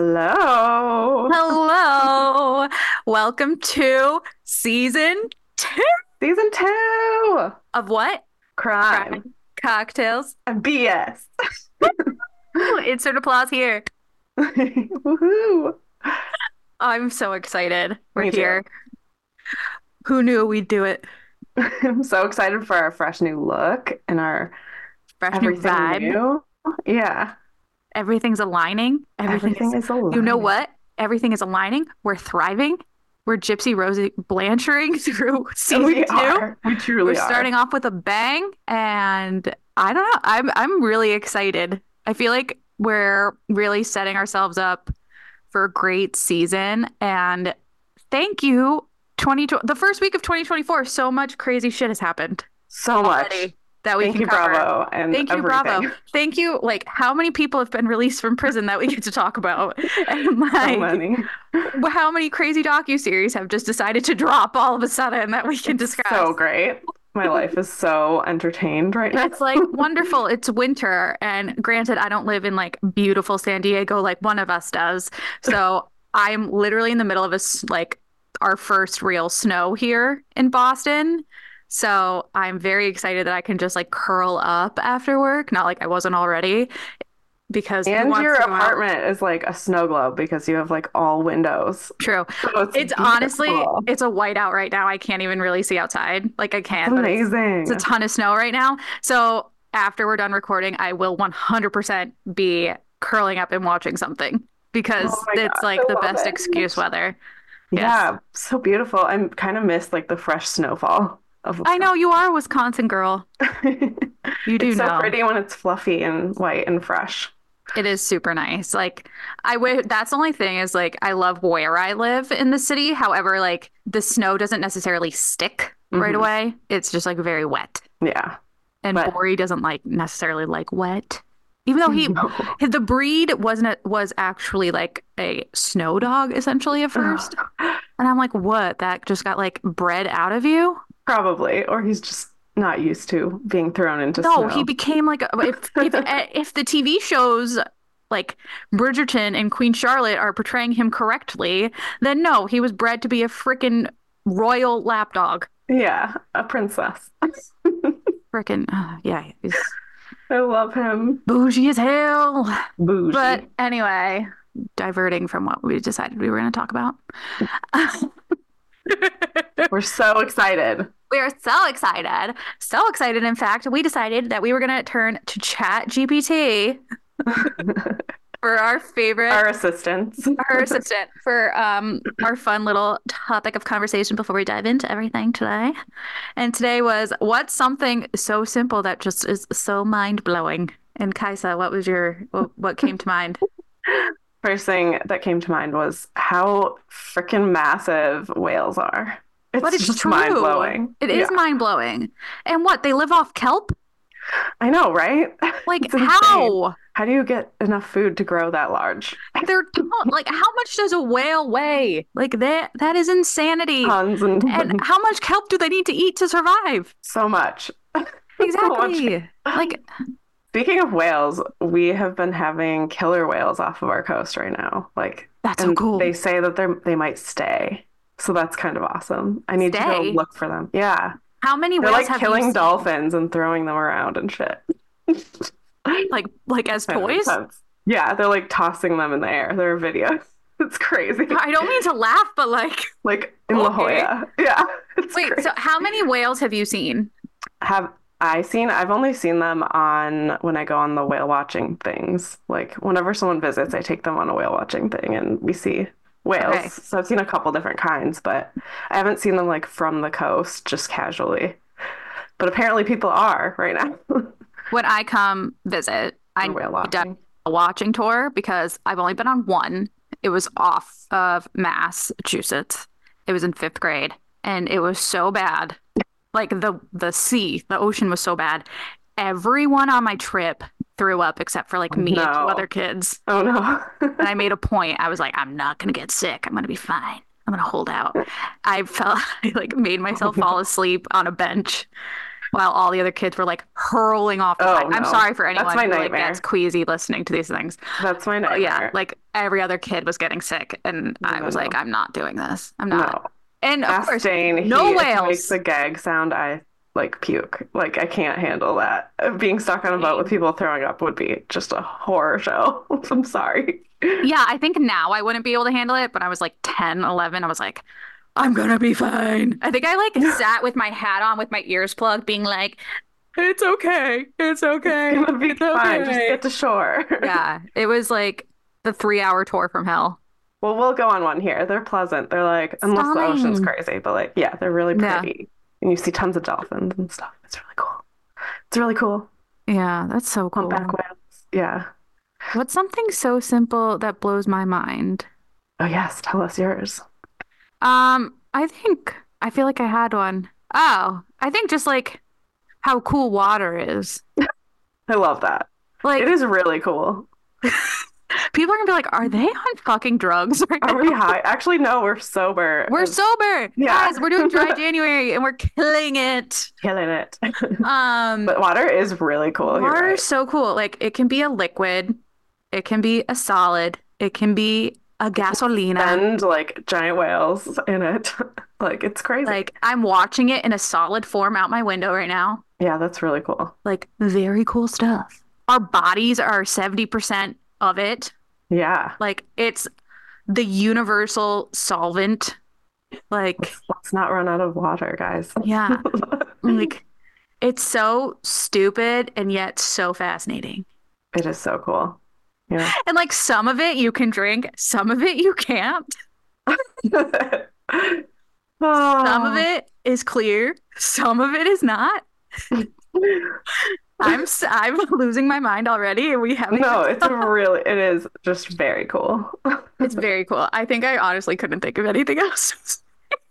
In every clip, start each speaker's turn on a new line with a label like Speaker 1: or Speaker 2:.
Speaker 1: Hello.
Speaker 2: Hello. Welcome to season two
Speaker 1: Season two
Speaker 2: of what?
Speaker 1: crime,
Speaker 2: Crime. Cocktails.
Speaker 1: and BS.
Speaker 2: Ooh, Insert applause here.
Speaker 1: Woohoo.
Speaker 2: I'm so excited. We're
Speaker 1: Me too.
Speaker 2: here. Who knew we'd do it?
Speaker 1: I'm so excited for our fresh new look and our
Speaker 2: Fresh new
Speaker 1: everything
Speaker 2: vibe.
Speaker 1: new. Yeah.
Speaker 2: Everything's aligning. Everything,
Speaker 1: Everything
Speaker 2: is,
Speaker 1: is aligned.
Speaker 2: you know what? Everything is aligning. We're thriving. We're Gypsy Rosie Blanchering through season
Speaker 1: We
Speaker 2: two.
Speaker 1: are. We truly
Speaker 2: We're
Speaker 1: are.
Speaker 2: starting off with a bang, and I don't know. I'm I'm really excited. I feel like we're really setting ourselves up for a great season. And thank you, 2020, the first week of 2024. So much crazy shit has happened
Speaker 1: so much.
Speaker 2: already that we
Speaker 1: Thank
Speaker 2: can
Speaker 1: you,
Speaker 2: cover.
Speaker 1: Bravo. And
Speaker 2: Thank you,
Speaker 1: everything.
Speaker 2: Bravo. Thank you. Like, how many people have been released from prison that we get to talk about? And
Speaker 1: So
Speaker 2: like,
Speaker 1: many.
Speaker 2: how many crazy docu series have just decided to drop all of a sudden that we can discuss?
Speaker 1: So great. My life is so entertained right now.
Speaker 2: It's like wonderful. It's winter. And granted, I don't live in like beautiful San Diego like one of us does. So I'm literally in the middle of a, s- like our first real snow here in Boston. So I'm very excited that I can just like curl up after work. Not like I wasn't already because who
Speaker 1: And
Speaker 2: wants
Speaker 1: your
Speaker 2: to go out-
Speaker 1: apartment is like a snow globe because you have like all windows.
Speaker 2: True.
Speaker 1: So
Speaker 2: It's honestly,
Speaker 1: beautiful.
Speaker 2: it's a whiteout right now. I can't even really see outside. Like I can, but it's
Speaker 1: amazing.
Speaker 2: It's a ton of snow right now. So after we're done recording, I will 100% be curling up and watching something because
Speaker 1: Oh my God,
Speaker 2: it's like
Speaker 1: I
Speaker 2: the
Speaker 1: love
Speaker 2: best
Speaker 1: it.
Speaker 2: excuse weather. yes.
Speaker 1: Yeah, so beautiful. I kind of miss like the fresh snowfall of
Speaker 2: I know you are a Wisconsin girl.
Speaker 1: it's
Speaker 2: You do
Speaker 1: so
Speaker 2: know.
Speaker 1: pretty when it's fluffy and white and fresh.
Speaker 2: It is super nice. Like I wish that's the only thing is like I love where I live in the city. However, like the snow doesn't necessarily stick right
Speaker 1: Mhm.
Speaker 2: away. It's just like very wet.
Speaker 1: Yeah.
Speaker 2: And
Speaker 1: But-
Speaker 2: Bori doesn't like necessarily like wet. Even though
Speaker 1: Mm-hmm.
Speaker 2: he The breed wasn't a, was actually like a snow dog essentially at first, and I'm like, what? That just got like bred out of you?
Speaker 1: Probably, or he's just not used to being thrown into
Speaker 2: no,
Speaker 1: snow.
Speaker 2: he became like a, if if eh, if the TV shows like Bridgerton and Queen Charlotte are portraying him correctly, then no, he was bred to be a freaking royal lapdog.
Speaker 1: Yeah, a princess.
Speaker 2: Freaking yeah, he's
Speaker 1: I love him.
Speaker 2: bougie as hell.
Speaker 1: Bougie.
Speaker 2: But anyway, diverting from what we decided we were going to talk about.
Speaker 1: We're so excited.
Speaker 2: We are so excited. So excited, in fact, we decided that we were going to turn to Chat GPT for our favorite,
Speaker 1: Our
Speaker 2: our,
Speaker 1: assistants.
Speaker 2: assistant, for um, our fun little topic of conversation before we dive into everything today. And today was what's something so simple that just is so mind blowing? And Kaisa, what was your, what- what came to mind?
Speaker 1: First thing that came to mind was how freaking massive whales are. It's
Speaker 2: But it's
Speaker 1: just
Speaker 2: true.
Speaker 1: mind blowing.
Speaker 2: It is mind blowing. And what? They live off kelp?
Speaker 1: I know, right?
Speaker 2: Like,
Speaker 1: It's insane.
Speaker 2: how?
Speaker 1: How do you get enough food to grow that large?
Speaker 2: They're ton- like, how much does a whale weigh? Like that that is insanity.
Speaker 1: Tons and,
Speaker 2: and how much kelp do they need to eat to survive?
Speaker 1: so much.
Speaker 2: Exactly. Like
Speaker 1: Speaking of whales, we have been having killer whales off of our coast right now. Like,
Speaker 2: that's so
Speaker 1: and
Speaker 2: cool.
Speaker 1: they say that they're they might stay. So that's kind of awesome. I need to go
Speaker 2: Stay?
Speaker 1: look for them. Yeah.
Speaker 2: How many
Speaker 1: They're
Speaker 2: whales
Speaker 1: like
Speaker 2: have
Speaker 1: killing
Speaker 2: you
Speaker 1: dolphins and throwing them around and shit.
Speaker 2: seen? like like as
Speaker 1: That makes
Speaker 2: toys?
Speaker 1: sense. Yeah, they're like tossing them in the air. There are videos. It's crazy.
Speaker 2: I don't mean to laugh, but like
Speaker 1: Like in La
Speaker 2: Okay.
Speaker 1: Jolla. Yeah. It's
Speaker 2: wait,
Speaker 1: crazy.
Speaker 2: so how many whales have you seen?
Speaker 1: Have I seen? I've only seen them on when I go on the whale watching things. Like whenever someone visits, I take them on a whale watching thing and we see whales.
Speaker 2: Okay.
Speaker 1: So I've seen a couple different kinds, but I haven't seen them like from the coast, just casually. But apparently people are right now for
Speaker 2: When I come visit, I
Speaker 1: whale
Speaker 2: done
Speaker 1: watching.
Speaker 2: a watching tour because I've only been on one. It was off of Massachusetts. It was in fifth grade, and it was so bad. Like the the sea, the ocean was so bad. Everyone on my trip threw up except for like me and two
Speaker 1: No.
Speaker 2: other kids.
Speaker 1: Oh no.
Speaker 2: And I made a point. I was like, I'm not gonna get sick. I'm gonna be fine. I'm gonna hold out. I felt I like made myself
Speaker 1: no.
Speaker 2: fall asleep on a bench while all the other kids were like hurling off the
Speaker 1: Oh,
Speaker 2: side. I'm
Speaker 1: no.
Speaker 2: sorry for
Speaker 1: That's
Speaker 2: anyone
Speaker 1: my
Speaker 2: who like
Speaker 1: nightmare.
Speaker 2: gets queasy listening to these things.
Speaker 1: That's my
Speaker 2: But
Speaker 1: nightmare.
Speaker 2: Oh, yeah, like every other kid was getting sick and
Speaker 1: No,
Speaker 2: I was
Speaker 1: no,
Speaker 2: like,
Speaker 1: no.
Speaker 2: I'm not doing this. I'm
Speaker 1: no.
Speaker 2: not. And of course,
Speaker 1: Chastain,
Speaker 2: no
Speaker 1: he
Speaker 2: whales.
Speaker 1: makes a gag sound. I like puke. Like I can't handle that. Uh, Being stuck on a boat with
Speaker 2: Same.
Speaker 1: people throwing up would be just a horror show. I'm sorry.
Speaker 2: yeah, I think now I wouldn't be able to handle it, but I was like 10, 11. I was like, I'm gonna be fine. I think I like sat with my hat on with my ears plugged, being like, it's okay. It's okay.
Speaker 1: It's gonna be
Speaker 2: it's
Speaker 1: fine. Just
Speaker 2: okay."
Speaker 1: get to shore.
Speaker 2: Yeah, it was like the three hour tour from hell.
Speaker 1: Well, we'll go on one here. They're pleasant. They're like, unless the ocean's
Speaker 2: Stunning.
Speaker 1: crazy, but like, yeah, they're really
Speaker 2: Yeah.
Speaker 1: pretty. And you see tons of dolphins and stuff. It's really cool. It's really cool.
Speaker 2: Yeah, that's so cool.
Speaker 1: Humpback whales. Yeah.
Speaker 2: What's something so simple that blows my mind?
Speaker 1: Oh, yes. Tell us yours.
Speaker 2: Um, I think I feel like I had one. Oh, I think just like how cool water is.
Speaker 1: I love that.
Speaker 2: Like
Speaker 1: It is really cool.
Speaker 2: people are gonna be like, are they on fucking drugs right
Speaker 1: Are
Speaker 2: now?
Speaker 1: we high? Actually, no, we're sober.
Speaker 2: We're
Speaker 1: and
Speaker 2: sober,
Speaker 1: Yeah.
Speaker 2: guys. We're doing dry January and we're killing it.
Speaker 1: killing it.
Speaker 2: Um,
Speaker 1: But water is really cool. You're
Speaker 2: water
Speaker 1: right.
Speaker 2: is so cool. Like it can be a liquid, it can be a solid, it can be a gasolina.
Speaker 1: And like giant whales in it. Like it's crazy.
Speaker 2: Like I'm watching it in a solid form out my window right now.
Speaker 1: yeah, that's really cool.
Speaker 2: Like very cool stuff. Our bodies are 70% of it.
Speaker 1: Yeah.
Speaker 2: Like it's the universal solvent. Like
Speaker 1: Let's, let's not run out of water, guys.
Speaker 2: yeah, like it's so stupid and yet so fascinating.
Speaker 1: It is so cool. Yeah.
Speaker 2: And like some of it you can drink, some of it you can't. Some
Speaker 1: Oh. Ah.
Speaker 2: of it is clear, some of it is not. I'm s- I'm losing my mind already. and We haven't
Speaker 1: No, it's a really, it is just very cool.
Speaker 2: It's very cool. I think I honestly couldn't think of anything else.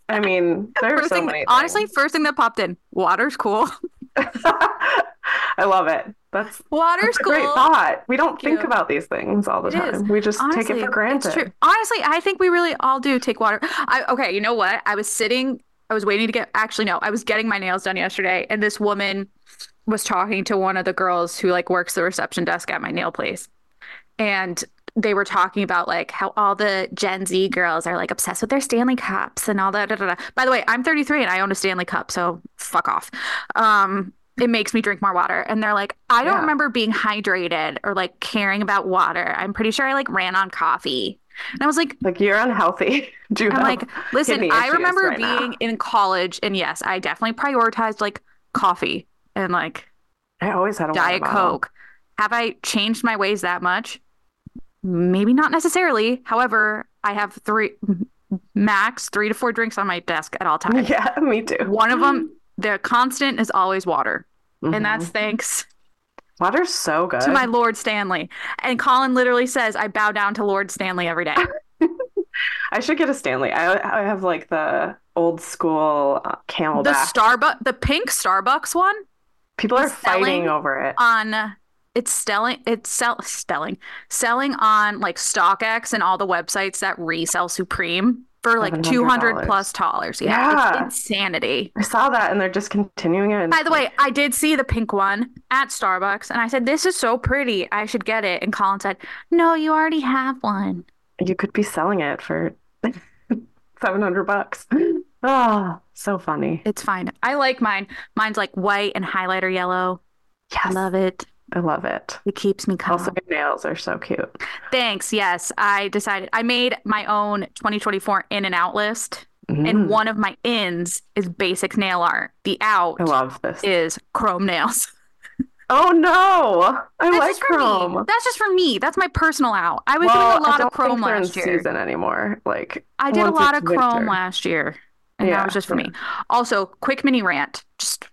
Speaker 1: I mean, there are
Speaker 2: First
Speaker 1: so
Speaker 2: thing,
Speaker 1: many.
Speaker 2: honestly,
Speaker 1: things.
Speaker 2: first thing that popped in, water's cool.
Speaker 1: I love it. That's,
Speaker 2: Water's
Speaker 1: that's a
Speaker 2: cool.
Speaker 1: great Oh, thought. We don't
Speaker 2: Thank
Speaker 1: think
Speaker 2: you.
Speaker 1: about these things all the
Speaker 2: It
Speaker 1: time.
Speaker 2: is.
Speaker 1: We just
Speaker 2: Honestly,
Speaker 1: take it for
Speaker 2: It's
Speaker 1: granted.
Speaker 2: true. Honestly, I think we really all do take water. I okay, you know what? I was sitting, I was waiting to get actually no, I was getting my nails done yesterday, and this woman was talking to one of the girls who like works the reception desk at my nail place. And they were talking about like how all the Gen Z girls are like obsessed with their Stanley cups and all that. Da, da, da. By the way, I'm 33 and I own a Stanley cup, so fuck off. Um, it makes me drink more water. And they're like, I don't
Speaker 1: Yeah.
Speaker 2: remember being hydrated or like caring about water. I'm pretty sure I like ran on coffee. And I was like,
Speaker 1: Like you're unhealthy. Do you
Speaker 2: I'm
Speaker 1: have-
Speaker 2: like, listen,
Speaker 1: kidney
Speaker 2: I
Speaker 1: issues
Speaker 2: remember
Speaker 1: right now.
Speaker 2: being in college, and yes, I definitely prioritized like coffee and like
Speaker 1: I always had a water
Speaker 2: Diet
Speaker 1: bottle.
Speaker 2: Coke. Have I changed my ways that much? Maybe not necessarily. However, I have three, max three to four drinks on my desk at all times.
Speaker 1: Yeah, me too.
Speaker 2: One of them, the constant is always water.
Speaker 1: Mhm.
Speaker 2: And that's thanks
Speaker 1: water's so good.
Speaker 2: to my Lord Stanley. And Colin literally says, I bow down to Lord Stanley every day.
Speaker 1: I should get a Stanley. I I have like the old school uh, Camelback.
Speaker 2: the Starbucks, the pink Starbucks one
Speaker 1: People are
Speaker 2: selling-
Speaker 1: fighting over it.
Speaker 2: on. It's selling, it's sell, selling, selling on like StockX and all the websites that resell Supreme for like
Speaker 1: $700.
Speaker 2: 200 plus dollars. Yeah,
Speaker 1: Yeah.
Speaker 2: It's insanity.
Speaker 1: I saw that and they're discontinuing it. and
Speaker 2: By
Speaker 1: it's
Speaker 2: the way, I did see the pink one at Starbucks and I said, This is so pretty. I should get it. And Colin said, No, you already have one.
Speaker 1: like, you could be selling it for 700 bucks. Oh, so funny.
Speaker 2: It's fine. I like mine. Mine's like white and highlighter yellow. I
Speaker 1: Yes,
Speaker 2: love it.
Speaker 1: I love it.
Speaker 2: It keeps me calm.
Speaker 1: Also, your nails are so cute.
Speaker 2: Thanks. Yes, I decided. I made my own 2024 in and out list, and
Speaker 1: Mm,
Speaker 2: one of my ins is basic nail art. The out
Speaker 1: I love this.
Speaker 2: is chrome nails.
Speaker 1: Oh no, I
Speaker 2: That's
Speaker 1: like
Speaker 2: just for
Speaker 1: Chrome.
Speaker 2: me. That's just for me. That's my personal out. I was
Speaker 1: Well,
Speaker 2: doing a lot
Speaker 1: I
Speaker 2: of
Speaker 1: don't think
Speaker 2: chrome
Speaker 1: they're in
Speaker 2: last year.
Speaker 1: season anymore. Like
Speaker 2: I did a
Speaker 1: once
Speaker 2: lot
Speaker 1: it's
Speaker 2: of Chrome
Speaker 1: winter.
Speaker 2: last year, and
Speaker 1: Yeah,
Speaker 2: that was just for
Speaker 1: yeah.
Speaker 2: me. Also, quick mini rant. Just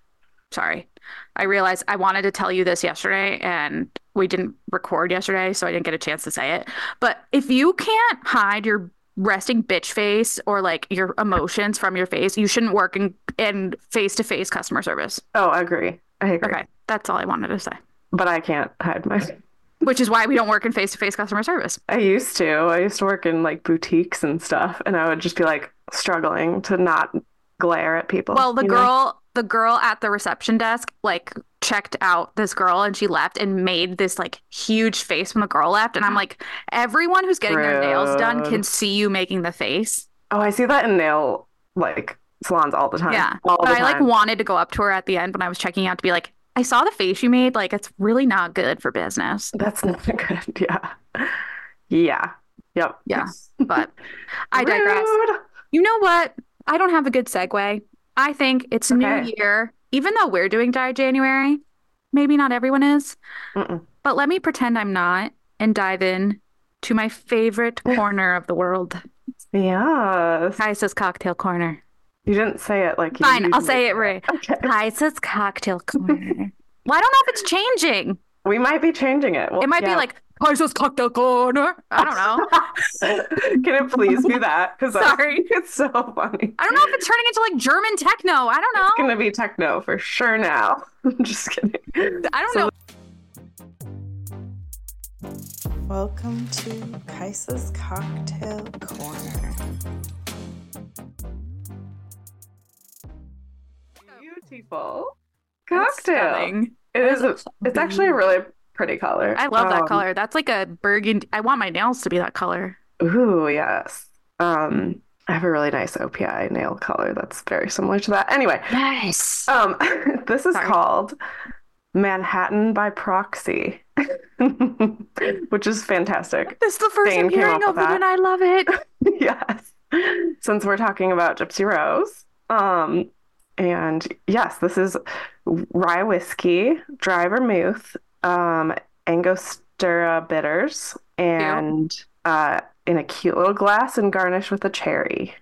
Speaker 2: sorry. I realized I wanted to tell you this yesterday, and we didn't record yesterday, so I didn't get a chance to say it. But if you can't hide your resting bitch face or like your emotions from your face, you shouldn't work in in face to face customer service.
Speaker 1: Oh, I agree. I agree.
Speaker 2: Okay, that's all I wanted to say.
Speaker 1: But I can't hide my.
Speaker 2: Which is why we don't work in face to face customer service.
Speaker 1: I used to. I used to work in like boutiques and stuff, and I would just be like struggling to not glare at people.
Speaker 2: Well, the
Speaker 1: you know?
Speaker 2: girl the girl at the reception desk like checked out this girl and she left and made this like huge face when the girl left and I'm like everyone who's getting their nails done can
Speaker 1: Rude.
Speaker 2: see you making the face.
Speaker 1: Oh, I see that in nail like salons all the time.
Speaker 2: Yeah.
Speaker 1: All
Speaker 2: But
Speaker 1: the
Speaker 2: I like
Speaker 1: time.
Speaker 2: wanted to go up to her at the end when I was checking out to be like I saw the face you made like it's really not good for business.
Speaker 1: That's not good. Yeah. Yeah. Yep.
Speaker 2: Yeah. But I digress.
Speaker 1: Rude.
Speaker 2: You know what? I don't have a good segue. I think it's
Speaker 1: Okay.
Speaker 2: new year. Even though we're doing dye January, maybe not everyone is,
Speaker 1: Mm-mm.
Speaker 2: but let me pretend I'm not and dive in to my favorite corner of the world.
Speaker 1: Yes.
Speaker 2: Kaisa's Cocktail Corner.
Speaker 1: You didn't say it like you
Speaker 2: Fine, I'll
Speaker 1: usually
Speaker 2: say it right.
Speaker 1: Okay.
Speaker 2: Kaisa's Cocktail Corner. well, I don't know if it's changing.
Speaker 1: We might be changing it. Well,
Speaker 2: It might be
Speaker 1: yeah.
Speaker 2: like Kaisa's Cocktail Corner. I don't know.
Speaker 1: Can it please be that? Because
Speaker 2: Sorry.
Speaker 1: it's so funny.
Speaker 2: I don't know if it's turning into like German techno. I don't know.
Speaker 1: It's gonna be techno for sure now. I'm just kidding.
Speaker 2: I don't
Speaker 1: So
Speaker 2: know.
Speaker 3: Welcome to Kaisa's Cocktail Corner.
Speaker 1: beautiful
Speaker 2: That's
Speaker 1: cocktail.
Speaker 2: stunning.
Speaker 1: It is. A, it's actually a really pretty color.
Speaker 2: I love that
Speaker 1: Um,
Speaker 2: color. That's like a burgundy. I want my nails to be that color.
Speaker 1: Ooh, yes. Um, I have a really nice OPI nail color that's very similar to that. Anyway,
Speaker 2: Yes.
Speaker 1: um, this is
Speaker 2: Sorry.
Speaker 1: called Manhattan by Proxy, which is fantastic.
Speaker 2: This is the first
Speaker 1: Dane
Speaker 2: I'm
Speaker 1: came
Speaker 2: hearing
Speaker 1: up
Speaker 2: of
Speaker 1: with
Speaker 2: it,
Speaker 1: that.
Speaker 2: and I love it.
Speaker 1: Yes. Since we're talking about Gypsy Rose. Um, and yes, this is rye whiskey, dry vermouth, um, Angostura bitters, and uh, in a cute little glass and garnished with a cherry.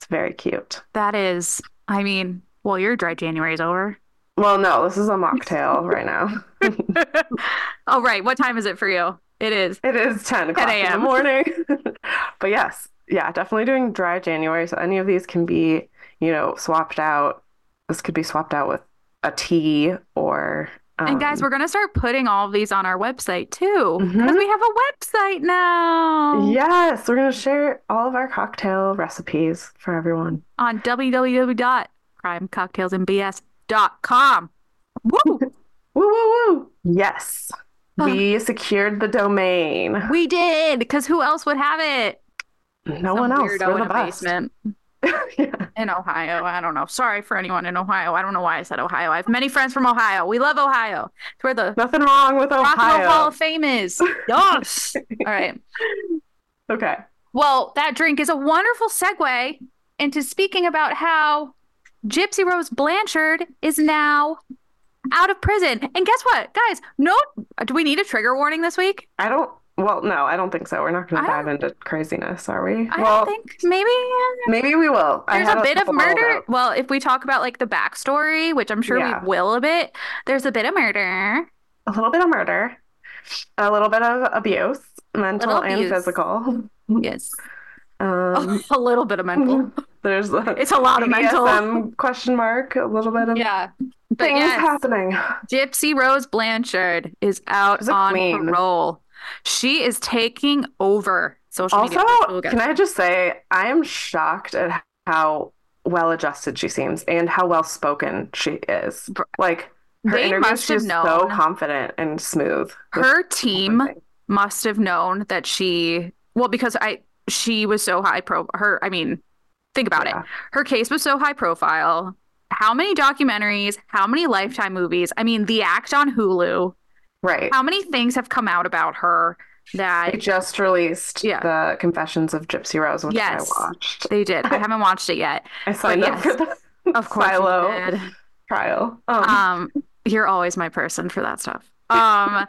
Speaker 1: It's very cute.
Speaker 2: That is, I mean, well, your dry January is over.
Speaker 1: Well, no, this is a mocktail right now.
Speaker 2: Oh, right. What time is it for you? It is.
Speaker 1: It is 10 o'clock in the
Speaker 2: a.m..
Speaker 1: morning. But yes, yeah, definitely doing dry January. So any of these can be, you know, swapped out. This could be swapped out with a tea or
Speaker 2: And guys,
Speaker 1: um,
Speaker 2: we're gonna start putting all of these on our website too, because
Speaker 1: Mhm.
Speaker 2: we have a website now
Speaker 1: yes, we're gonna share all of our cocktail recipes for everyone.
Speaker 2: on www.crimecocktailsandbs.com. Woo!
Speaker 1: Woo woo woo. Yes. We secured the domain.
Speaker 2: we did, because who else would have it?
Speaker 1: No
Speaker 2: Some
Speaker 1: one else.
Speaker 2: weirdo
Speaker 1: We're the
Speaker 2: in a
Speaker 1: best.
Speaker 2: basement.
Speaker 1: Yeah.
Speaker 2: in Ohio. I don't know. Sorry for anyone in Ohio. I don't know why I said Ohio. I have many friends from Ohio. We love Ohio. It's where the
Speaker 1: Nothing wrong with
Speaker 2: Rock and Roll Hall
Speaker 1: Ohio.
Speaker 2: of Fame is. Yes. All right.
Speaker 1: Okay.
Speaker 2: Well, that drink is a wonderful segue into speaking about how Gypsy Rose Blanchard is now out of prison. And guess what, guys? No, do we need a trigger warning this week?
Speaker 1: I don't well, no, I don't think so. We're not gonna
Speaker 2: I
Speaker 1: dive into craziness, are we?
Speaker 2: I
Speaker 1: Well,
Speaker 2: don't think maybe
Speaker 1: Maybe we will. I
Speaker 2: There's
Speaker 1: had
Speaker 2: a bit of
Speaker 1: couple
Speaker 2: murder.
Speaker 1: buildup.
Speaker 2: Well, if we talk about like the backstory, which I'm sure
Speaker 1: Yeah.
Speaker 2: we will a bit, there's a bit of murder.
Speaker 1: A little bit of murder, a little bit of abuse, mental
Speaker 2: Little
Speaker 1: and
Speaker 2: abuse.
Speaker 1: physical.
Speaker 2: Yes.
Speaker 1: Um,
Speaker 2: a little bit of mental.
Speaker 1: there's a
Speaker 2: It's a lot of mental.
Speaker 1: BDSM question mark, a little bit of
Speaker 2: Yeah. But
Speaker 1: things
Speaker 2: yes,
Speaker 1: happening.
Speaker 2: Gypsy Rose Blanchard is out
Speaker 1: She's a
Speaker 2: on
Speaker 1: queen.
Speaker 2: parole. She is taking over social
Speaker 1: Also,
Speaker 2: media. which we'll get
Speaker 1: can
Speaker 2: to.
Speaker 1: I just say, I am shocked at how well adjusted she seems and how well spoken she is.
Speaker 2: Br-
Speaker 1: Like her
Speaker 2: They
Speaker 1: interviews,
Speaker 2: must have
Speaker 1: she's so
Speaker 2: known.
Speaker 1: confident and smooth. with
Speaker 2: Her team
Speaker 1: everything.
Speaker 2: must have known that she, well, because I she was so high pro her, I mean, think about it.
Speaker 1: Yeah.
Speaker 2: Her case was so high profile. How many documentaries, how many lifetime movies? I mean, the act on Hulu.
Speaker 1: Right.
Speaker 2: How many things have come out about her that
Speaker 1: They just released
Speaker 2: Yeah.
Speaker 1: the Confessions of Gypsy Rose, which I
Speaker 2: Yes.
Speaker 1: watched.
Speaker 2: they did? I haven't watched it yet.
Speaker 1: I signed up for
Speaker 2: yes.
Speaker 1: the
Speaker 2: Of course, you
Speaker 1: Silo.
Speaker 2: did.
Speaker 1: trial. Um,
Speaker 2: Um, you're always my person for that stuff. Um,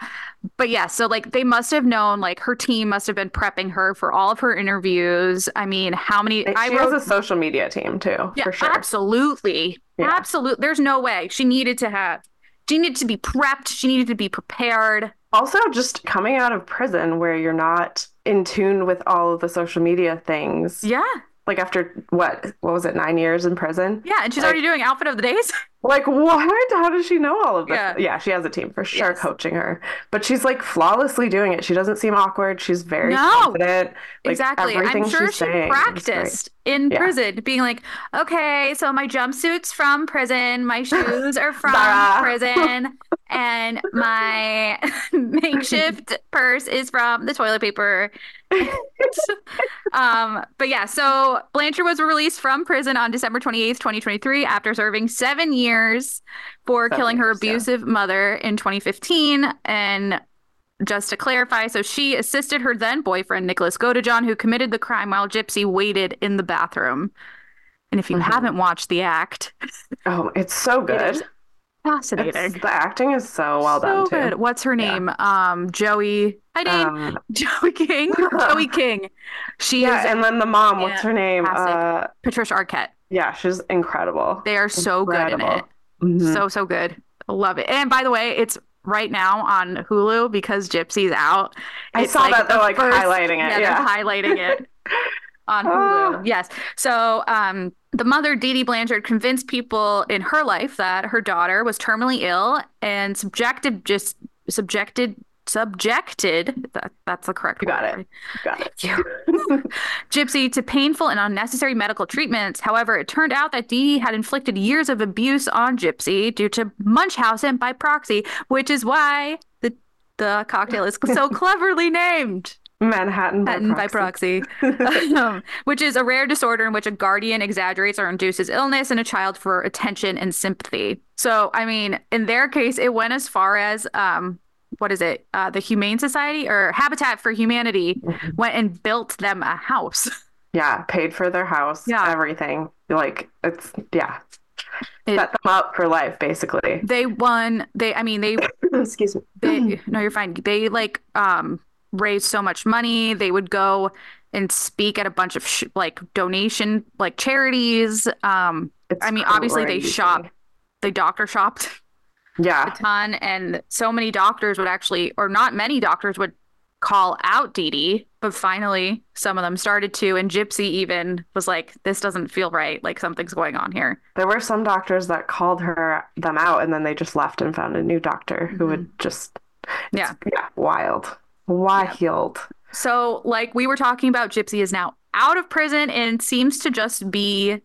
Speaker 2: but yeah, so like they must have known, like her team must have been prepping her for all of her interviews. I mean, how many?
Speaker 1: and
Speaker 2: I
Speaker 1: she
Speaker 2: wrote,
Speaker 1: has a social media team too,
Speaker 2: yeah,
Speaker 1: for sure.
Speaker 2: absolutely,
Speaker 1: Yeah.
Speaker 2: absolutely. There's no way she needed to have. She needed to be prepped. She needed to be prepared.
Speaker 1: Also, just coming out of prison where you're not in tune with all of the social media things.
Speaker 2: Yeah,
Speaker 1: Like after what? What was it? Nine years in prison?
Speaker 2: yeah. And she's
Speaker 1: Like-
Speaker 2: already doing outfit of the days.
Speaker 1: Like what? How does she know all of this?
Speaker 2: Yeah.
Speaker 1: Yeah, she has a team for sure
Speaker 2: Yes.
Speaker 1: coaching her, but she's like flawlessly doing it. She doesn't seem awkward. She's very
Speaker 2: No.
Speaker 1: confident. Like,
Speaker 2: exactly.
Speaker 1: everything
Speaker 2: I'm sure
Speaker 1: she's
Speaker 2: she
Speaker 1: saying is great.
Speaker 2: practiced in
Speaker 1: Yeah.
Speaker 2: prison, being like, okay, so my jumpsuit's from prison, my shoes are from
Speaker 1: Zara."
Speaker 2: prison, and my makeshift purse is from the toilet paper. um, but yeah, so Blanchard was released from prison on December 28th, 2023, after serving seven years for
Speaker 1: Seven
Speaker 2: killing her
Speaker 1: years, yeah.
Speaker 2: abusive mother in 2015. And just to clarify, so she assisted her then boyfriend, Nicholas Godejohn, who committed the crime while Gypsy waited in the bathroom. And if you
Speaker 1: Mhm.
Speaker 2: haven't watched the act,
Speaker 1: Oh, it's so good.
Speaker 2: is
Speaker 1: It's-
Speaker 2: fascinating.
Speaker 1: the acting is so well
Speaker 2: so
Speaker 1: done too.
Speaker 2: good. What's her
Speaker 1: Yeah.
Speaker 2: name? Um, Joey. Hi, Dane.
Speaker 1: Um,
Speaker 2: Joey King. Joey King. She
Speaker 1: yeah,
Speaker 2: is
Speaker 1: and then the mom. What's
Speaker 2: yeah,
Speaker 1: her name?
Speaker 2: fantastic.
Speaker 1: Uh,
Speaker 2: Patricia Arquette.
Speaker 1: yeah, she's incredible.
Speaker 2: They are so good in it.
Speaker 1: Incredible. Mhm.
Speaker 2: So so good. Love it. And by the way, it's right now on Hulu because Gypsy's out.
Speaker 1: I
Speaker 2: It's
Speaker 1: saw that
Speaker 2: the
Speaker 1: they're like
Speaker 2: first-
Speaker 1: highlighting
Speaker 2: Yeah,
Speaker 1: it.
Speaker 2: they're
Speaker 1: Yeah.
Speaker 2: highlighting it on
Speaker 1: Ah.
Speaker 2: Hulu. Yes. So um the mother, Dee Dee Blanchard, convinced people in her life that her daughter was terminally ill and subjected just subjected subjected that, that's the correct
Speaker 1: You got it.
Speaker 2: word.
Speaker 1: Got it.
Speaker 2: Thank you. Gypsy to painful and unnecessary medical treatments. However, it turned out that Dee had inflicted years of abuse on Gypsy due to Munchausen by proxy, which is why the the cocktail is so cleverly named
Speaker 1: Manhattan by
Speaker 2: Patton by
Speaker 1: proxy.
Speaker 2: proxy, Um, which is a rare disorder in which a guardian exaggerates or induces illness in a child for attention and sympathy. So, I mean, in their case, it went as far as um, what is it? Uh, the Humane Society or Habitat for Humanity went and built them a house.
Speaker 1: Yeah, paid for their house,
Speaker 2: Yeah.
Speaker 1: everything. Like it's yeah.
Speaker 2: It-
Speaker 1: Set them up for life, basically.
Speaker 2: They won. They, I mean, they,
Speaker 1: Excuse me.
Speaker 2: they no, you're fine. They like um raised so much money. They would go and speak at a bunch of sh- like donation like charities. Um,
Speaker 1: It's
Speaker 2: I mean, obviously they
Speaker 1: crazy.
Speaker 2: shop, they doctor shopped a
Speaker 1: Yeah.
Speaker 2: ton, and so many doctors would actually, or not many doctors would call out Dee Dee, but finally some of them started to, and Gypsy even was like, "This doesn't feel right. Like something's going on here."
Speaker 1: There were some doctors that called her them out and then they just left and found a new doctor who would just
Speaker 2: Mm-hmm. Yeah.
Speaker 1: it's- yeah, wild. Wild.
Speaker 2: So, like we were talking about, Gypsy is now out of prison and seems to just be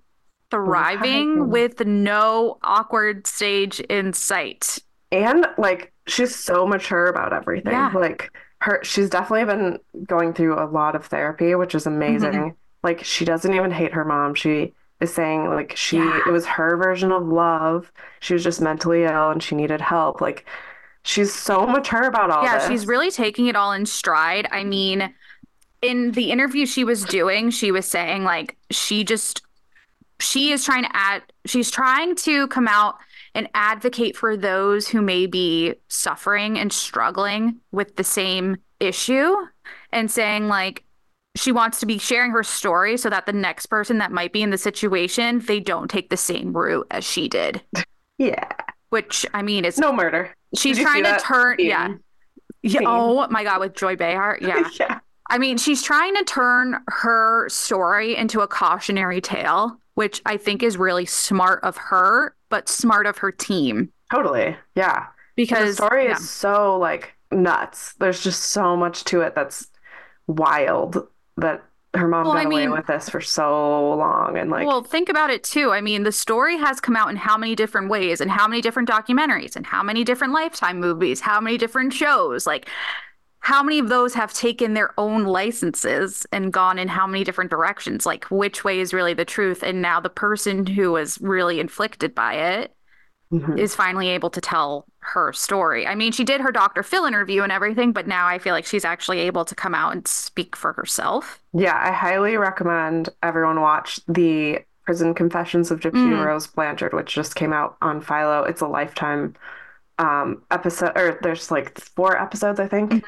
Speaker 2: thriving
Speaker 1: Thriving.
Speaker 2: with no awkward stage in sight.
Speaker 1: And like she's so mature about everything.
Speaker 2: Yeah.
Speaker 1: Like her she's definitely been going through a lot of therapy, which is amazing.
Speaker 2: Mm-hmm.
Speaker 1: Like she doesn't even hate her mom. She is saying like she
Speaker 2: Yeah.
Speaker 1: it was her version of love. She was just mentally ill and she needed help. Like she's so mature about all
Speaker 2: yeah,
Speaker 1: this.
Speaker 2: she's really taking it all in stride. I mean, in the interview she was doing, she was saying like she just she is trying to add she's trying to come out and advocate for those who may be suffering and struggling with the same issue and saying like she wants to be sharing her story so that the next person that might be in the situation they don't take the same route as she did
Speaker 1: yeah.
Speaker 2: which i mean is
Speaker 1: No murder.
Speaker 2: she's
Speaker 1: Did you see
Speaker 2: trying to
Speaker 1: that
Speaker 2: turn yeah yeah.
Speaker 1: Scene.
Speaker 2: Oh my God, with Joy Behar. Yeah.
Speaker 1: yeah.
Speaker 2: I mean, she's trying to turn her story into a cautionary tale, which I think is really smart of her, but smart of her team
Speaker 1: Totally. Yeah. The
Speaker 2: because
Speaker 1: story
Speaker 2: yeah.
Speaker 1: is so like nuts. There's just so much to it that's wild that her mom
Speaker 2: Well, I
Speaker 1: got away
Speaker 2: mean-
Speaker 1: with this for so long and like
Speaker 2: well, think about it too. I mean, the story has come out in how many different ways, and how many different documentaries, and how many different Lifetime movies, how many different shows. Like, how many of those have taken their own licenses and gone in how many different directions? Like, which way is really the truth? And now the person who was really inflicted by it
Speaker 1: mhm.
Speaker 2: is finally able to tell her story. I mean, she did her Dr. Phil interview and everything, but now I feel like she's actually able to come out and speak for herself.
Speaker 1: yeah, I highly recommend everyone watch the Prison Confessions of Gypsy
Speaker 2: Mm.
Speaker 1: Rose Blanchard, which just came out on Philo. It's a lifetime um episode or there's like four episodes, I think.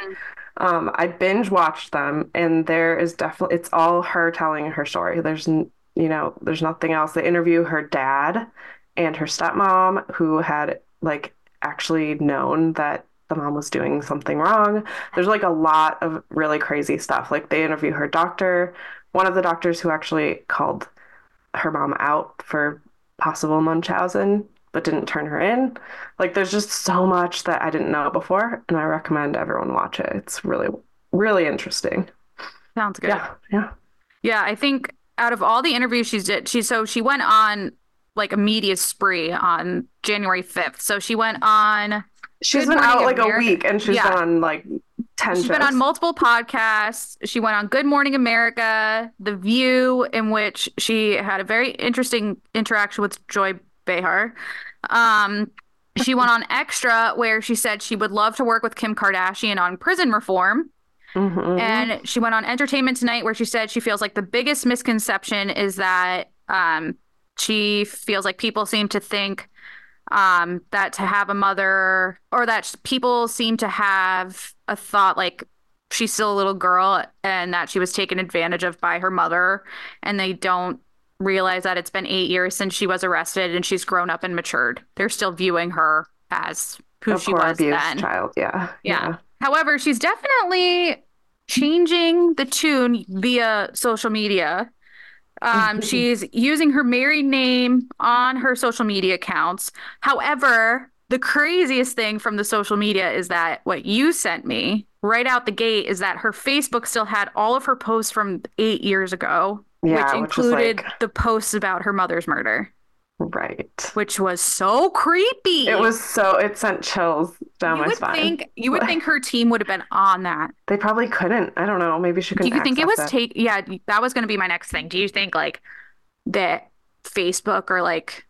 Speaker 1: Um, I binge watched them, and there is definitely it's all her telling her story. There's n- you know, there's nothing else. They interview her dad and her stepmom, who had like actually known that the mom was doing something wrong. There's like a lot of really crazy stuff. Like they interview her doctor, one of the doctors who actually called her mom out for possible Munchausen but didn't turn her in. Like there's just so much that I didn't know before, and I recommend everyone watch it. It's really, really interesting.
Speaker 2: Sounds good.
Speaker 1: Yeah, yeah.
Speaker 2: Yeah, I think out of all the interviews she did, she so she went on like a media spree on January 5th. So she went on
Speaker 1: She's
Speaker 2: Good
Speaker 1: been
Speaker 2: Morning
Speaker 1: out like
Speaker 2: America.
Speaker 1: a week, and she's
Speaker 2: Yeah.
Speaker 1: on like ten
Speaker 2: she's
Speaker 1: shows.
Speaker 2: been on multiple podcasts. She went on Good Morning America, The View, in which she had a very interesting interaction with Joy Behar. Um, she went on Extra, where she said she would love to work with Kim Kardashian on prison reform.
Speaker 1: Mhm.
Speaker 2: And she went on Entertainment Tonight, where she said she feels like the biggest misconception is that um, she feels like people seem to think um, that to have a mother, or that people seem to have a thought like she's still a little girl and that she was taken advantage of by her mother, and they don't realize that it's been eight years since she was arrested and she's grown up and matured. They're still viewing her as who
Speaker 1: a
Speaker 2: she
Speaker 1: poor
Speaker 2: was
Speaker 1: abused
Speaker 2: then.
Speaker 1: child. Yeah,
Speaker 2: Yeah. However, she's definitely changing the tune via social media. Um,
Speaker 1: Mhm.
Speaker 2: she's using her married name on her social media accounts. However, the craziest thing from the social media is that what you sent me right out the gate is that her Facebook still had all of her posts from eight years ago,
Speaker 1: yeah,
Speaker 2: which
Speaker 1: which, is
Speaker 2: included
Speaker 1: like
Speaker 2: the posts about her mother's murder,
Speaker 1: right.
Speaker 2: which was so creepy.
Speaker 1: It was so it sent chills down
Speaker 2: you
Speaker 1: my
Speaker 2: would
Speaker 1: spine.
Speaker 2: think you would think her team would have been on that.
Speaker 1: They probably couldn't. I don't know. Maybe she
Speaker 2: Do
Speaker 1: couldn't.
Speaker 2: you think it was
Speaker 1: access
Speaker 2: take? Yeah, that was going to be my next thing. Do you think like that Facebook or like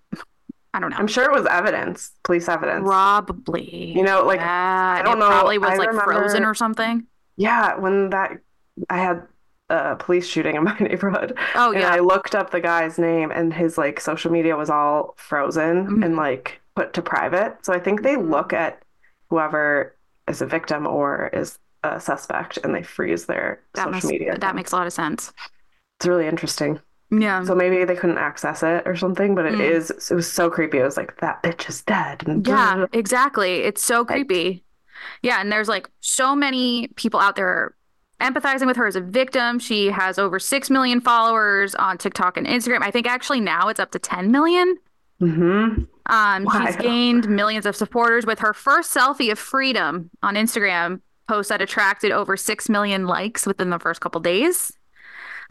Speaker 2: I don't know,
Speaker 1: I'm sure it was evidence, police evidence.
Speaker 2: probably.
Speaker 1: You know, like
Speaker 2: yeah,
Speaker 1: I don't
Speaker 2: it
Speaker 1: know.
Speaker 2: Probably was
Speaker 1: I
Speaker 2: like frozen
Speaker 1: remember-
Speaker 2: or something.
Speaker 1: yeah, when that I had a police shooting in my neighborhood,
Speaker 2: Oh
Speaker 1: and
Speaker 2: yeah,
Speaker 1: I looked up the guy's name, and his like social media was all frozen
Speaker 2: Mhm.
Speaker 1: and like put to private. So I think they
Speaker 2: Mhm.
Speaker 1: look at whoever is a victim or is a suspect, and they freeze their
Speaker 2: that
Speaker 1: social
Speaker 2: must,
Speaker 1: media.
Speaker 2: that makes a lot of sense.
Speaker 1: it's really interesting.
Speaker 2: Yeah,
Speaker 1: So maybe they couldn't access it or something, but it
Speaker 2: Mm.
Speaker 1: is it was so creepy. It was like that bitch is dead. and
Speaker 2: yeah, exactly. It's so creepy. Yeah, and there's like so many people out there empathizing with her as a victim. She has over six million followers on TikTok and Instagram. I think actually now it's up to ten million.
Speaker 1: Mhm.
Speaker 2: Um, she's
Speaker 1: Wow.
Speaker 2: gained millions of supporters with her first selfie of freedom on Instagram post that attracted over 6 million likes within the first couple days.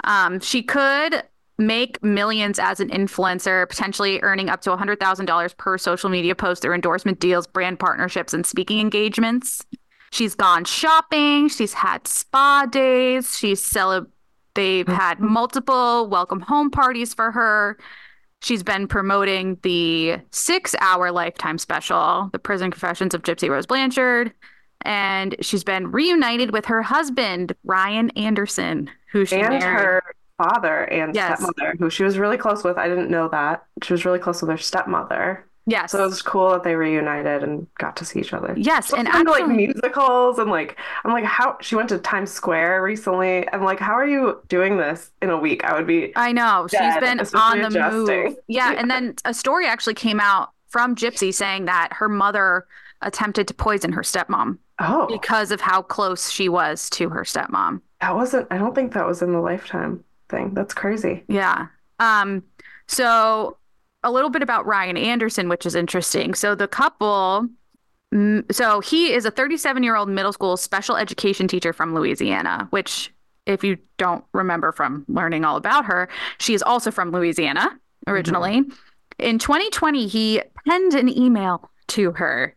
Speaker 2: Um, she could make millions as an influencer, potentially earning up to $100,000 per social media post through endorsement deals, brand partnerships, and speaking engagements. She's gone shopping. She's had spa days. She's celeb. They've
Speaker 1: Mm.
Speaker 2: had multiple welcome home parties for her. She's been promoting the six hour lifetime special, The Prison Confessions of Gypsy Rose Blanchard. And she's been reunited with her husband, Ryan Anderson, who she
Speaker 1: And
Speaker 2: married.
Speaker 1: her father and
Speaker 2: Yes.
Speaker 1: stepmother, who she was really close with. I didn't know that. She was really close with her stepmother.
Speaker 2: yes.
Speaker 1: So it was cool that they reunited and got to see each other.
Speaker 2: yes. And
Speaker 1: and into, like
Speaker 2: actually,
Speaker 1: musicals and like I'm like how she went to Times Square recently. I'm like, how are you doing this in a week? I would be
Speaker 2: I know she's
Speaker 1: dead,
Speaker 2: been on
Speaker 1: especially
Speaker 2: the move.
Speaker 1: adjusting.
Speaker 2: Yeah, and then a story actually came out from Gypsy saying that her mother attempted to poison her stepmom
Speaker 1: oh
Speaker 2: because of how close she was to her stepmom.
Speaker 1: that wasn't I don't think that was in the lifetime thing. That's crazy.
Speaker 2: Yeah. Um, so a little bit about Ryan Anderson, which is interesting. So the couple, mm, so he is a 37 year old middle school special education teacher from Louisiana, which, if you don't remember from learning all about her, she is also from Louisiana originally. In 2020, he penned an email to her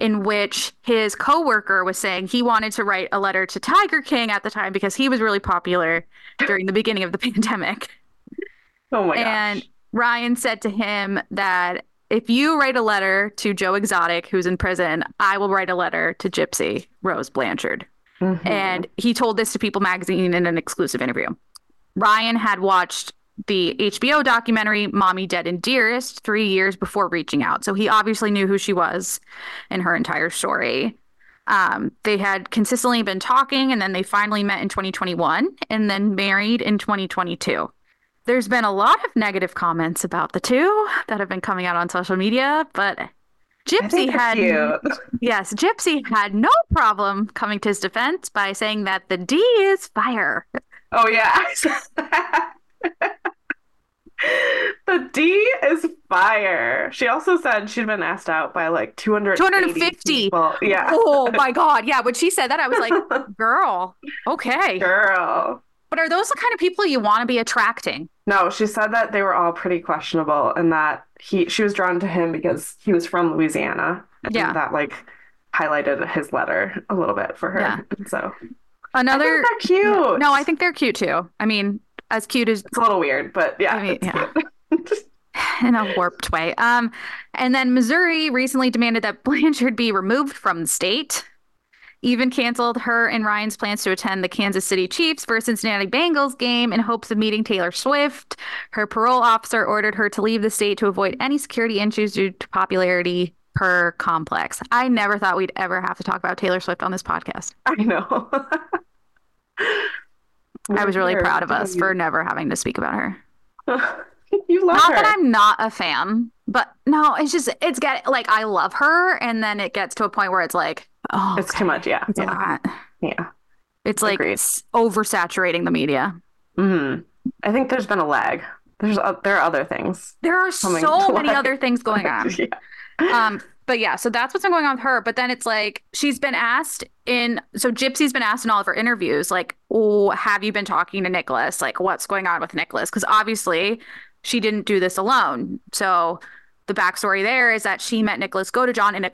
Speaker 2: in which his coworker was saying he wanted to write a letter to Tiger King at the time because he was really popular during the beginning of the pandemic.
Speaker 1: Oh my
Speaker 2: And
Speaker 1: gosh.
Speaker 2: Ryan said to him that if you write a letter to Joe Exotic, who's in prison, I will write a letter to Gypsy Rose Blanchard.
Speaker 1: Mhm.
Speaker 2: And he told this to People magazine in an exclusive interview. Ryan had watched the HBO documentary Mommy Dead and Dearest three years before reaching out. So he obviously knew who she was and her entire story. Um, they had consistently been talking and then they finally met in 2021 and then married in 2022. There's been a lot of negative comments about the two that have been coming out on social media, but
Speaker 1: I
Speaker 2: Gypsy
Speaker 1: think they're
Speaker 2: had
Speaker 1: cute.
Speaker 2: Yes, Gypsy had no problem coming to his defense by saying that the D is fire.
Speaker 1: Oh yeah. The D is fire. She also said she'd been asked out by like 200
Speaker 2: 250.
Speaker 1: people. Yeah.
Speaker 2: Oh my god, yeah. When she said that, I was like, "Girl, okay."
Speaker 1: Girl.
Speaker 2: But are those the kind of people you want to be attracting?
Speaker 1: No, she said that they were all pretty questionable and that he she was drawn to him because he was from Louisiana. And
Speaker 2: Yeah.
Speaker 1: that like highlighted his letter a little bit for her.
Speaker 2: Yeah.
Speaker 1: And so I
Speaker 2: Another
Speaker 1: think they're cute.
Speaker 2: No, I think they're cute too. I mean, as cute as
Speaker 1: it's a little weird, but yeah.
Speaker 2: I mean,
Speaker 1: it's
Speaker 2: yeah.
Speaker 1: cute.
Speaker 2: in a warped way. Um, and then Missouri recently demanded that Blanchard be removed from the state, even canceled her and Ryan's plans to attend the Kansas City Chiefs versus Cincinnati Bengals game in hopes of meeting Taylor Swift. Her parole officer ordered her to leave the state to avoid any security issues due to popularity per complex. I never thought we'd ever have to talk about Taylor Swift on this podcast.
Speaker 1: I know.
Speaker 2: I was really
Speaker 1: Weird.
Speaker 2: proud of us for never having to speak about her.
Speaker 1: you love
Speaker 2: not
Speaker 1: her.
Speaker 2: that I'm not a fan, but no, it's just it's get like I love her, and then it gets to a point where it's like, oh,
Speaker 1: It's
Speaker 2: okay,
Speaker 1: too much, yeah.
Speaker 2: It's a
Speaker 1: yeah.
Speaker 2: lot.
Speaker 1: Yeah.
Speaker 2: It's like
Speaker 1: Agreed.
Speaker 2: s- oversaturating the media.
Speaker 1: Mm. I think there's been a lag. There's o there are other things.
Speaker 2: There are
Speaker 1: Coming
Speaker 2: so
Speaker 1: to
Speaker 2: many
Speaker 1: light.
Speaker 2: other things going on.
Speaker 1: Yeah.
Speaker 2: um, but yeah, so that's what's been going on with her. But then it's like she's been asked in so Gypsy's been asked in all of her interviews, like, oh, have you been talking to Nicholas? Like, what's going on with Nicholas? Because obviously she didn't do this alone. So the backstory there is that she met Nicholas Godejohn in a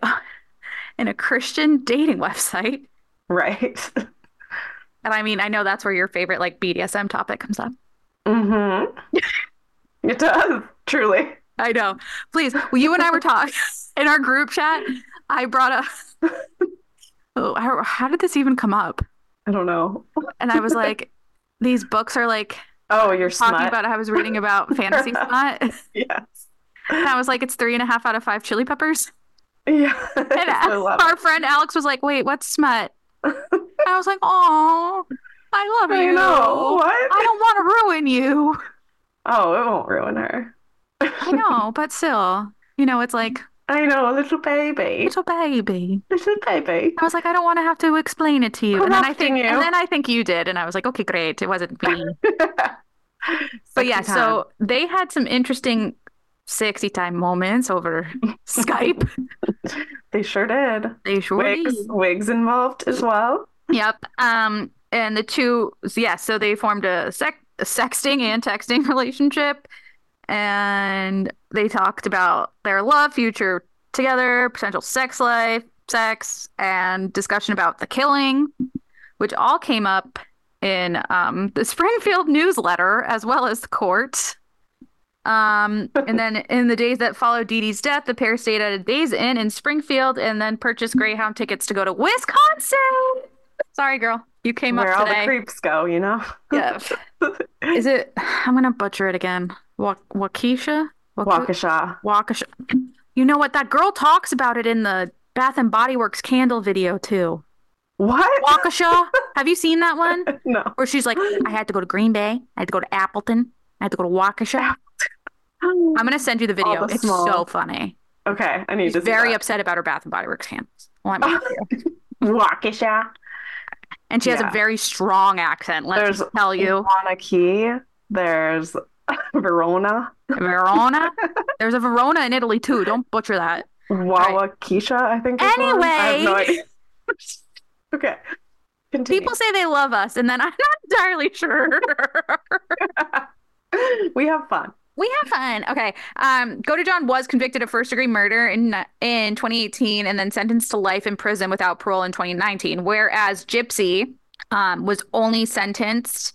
Speaker 2: in a Christian dating website.
Speaker 1: Right.
Speaker 2: And I mean, I know that's where your favorite like BDSM topic comes up.
Speaker 1: Mm-hmm. It does, truly.
Speaker 2: I know. Please, well, you and I were talking in our group chat. I brought up. Oh, how, how did this even come up?
Speaker 1: I don't know.
Speaker 2: And I was like, these books are like
Speaker 1: Oh, you're
Speaker 2: talking
Speaker 1: smut.
Speaker 2: about. I was reading about fantasy smut, and
Speaker 1: yes.
Speaker 2: I was like, it's three and a half out of five Chili Peppers.
Speaker 1: Yeah.
Speaker 2: And
Speaker 1: I love
Speaker 2: our friend Alex was like, wait, what's smut? I was like, oh, I love
Speaker 1: it. I
Speaker 2: you.
Speaker 1: know.
Speaker 2: I
Speaker 1: What?
Speaker 2: don't want to ruin you.
Speaker 1: Oh, it won't ruin her.
Speaker 2: I know, but still, you know, it's like
Speaker 1: I know, little baby.
Speaker 2: little baby.
Speaker 1: Little baby.
Speaker 2: I was like, I don't want to have to explain it to you. And then I think,
Speaker 1: Corrupting you.
Speaker 2: and then I think you did, and I was like, okay, great, it wasn't me. but
Speaker 1: Sexy
Speaker 2: yeah,
Speaker 1: time.
Speaker 2: so they had some interesting sexy time moments over Skype.
Speaker 1: they sure did.
Speaker 2: They sure
Speaker 1: Wigs,
Speaker 2: did.
Speaker 1: wigs involved as well.
Speaker 2: Yep. Um, and the two, yeah, so they formed a, sec- a sexting and texting relationship, and they talked about their love, future together, potential sex life, sex, and discussion about the killing, which all came up in um, the Springfield newsletter as well as the court. Um, and then in the days that followed Dee Dee's death, the pair stayed at a Days Inn in Springfield and then purchased Greyhound tickets to go to Wisconsin. Sorry, girl, you came
Speaker 1: Where
Speaker 2: up
Speaker 1: all the
Speaker 2: today.
Speaker 1: creeps go, you know?
Speaker 2: Yeah. Is it? I'm gonna butcher it again. Wa- Waukesha. Waku-
Speaker 1: Waukesha.
Speaker 2: Waukesha. You know what? That girl talks about it in the Bath and Body Works candle video too.
Speaker 1: What?
Speaker 2: Waukesha. Have you seen that one?
Speaker 1: no.
Speaker 2: Where she's like, I had to go to Green Bay. I had to go to Appleton. I had to go to Waukesha. I'm gonna send you the video.
Speaker 1: All the
Speaker 2: it's
Speaker 1: small-
Speaker 2: so funny.
Speaker 1: Okay, I need
Speaker 2: She's
Speaker 1: to see
Speaker 2: very
Speaker 1: that.
Speaker 2: upset about her Bath and Body Works candles. Let me tell you.
Speaker 1: Waukesha.
Speaker 2: and she has
Speaker 1: Yeah.
Speaker 2: a very strong accent. Let
Speaker 1: There's
Speaker 2: me tell you,
Speaker 1: Wanakee. There's Verona.
Speaker 2: Verona. There's a Verona in Italy too. Don't butcher that.
Speaker 1: Wawakisha, I think. is one. I have no
Speaker 2: Anyway.
Speaker 1: idea. okay. Continue.
Speaker 2: People say they love us, and then I'm not entirely sure.
Speaker 1: we have fun.
Speaker 2: we have fun. Okay. Um, Godejohn was convicted of first degree murder in in 2018 and then sentenced to life in prison without parole in 2019, whereas Gypsy um, was only sentenced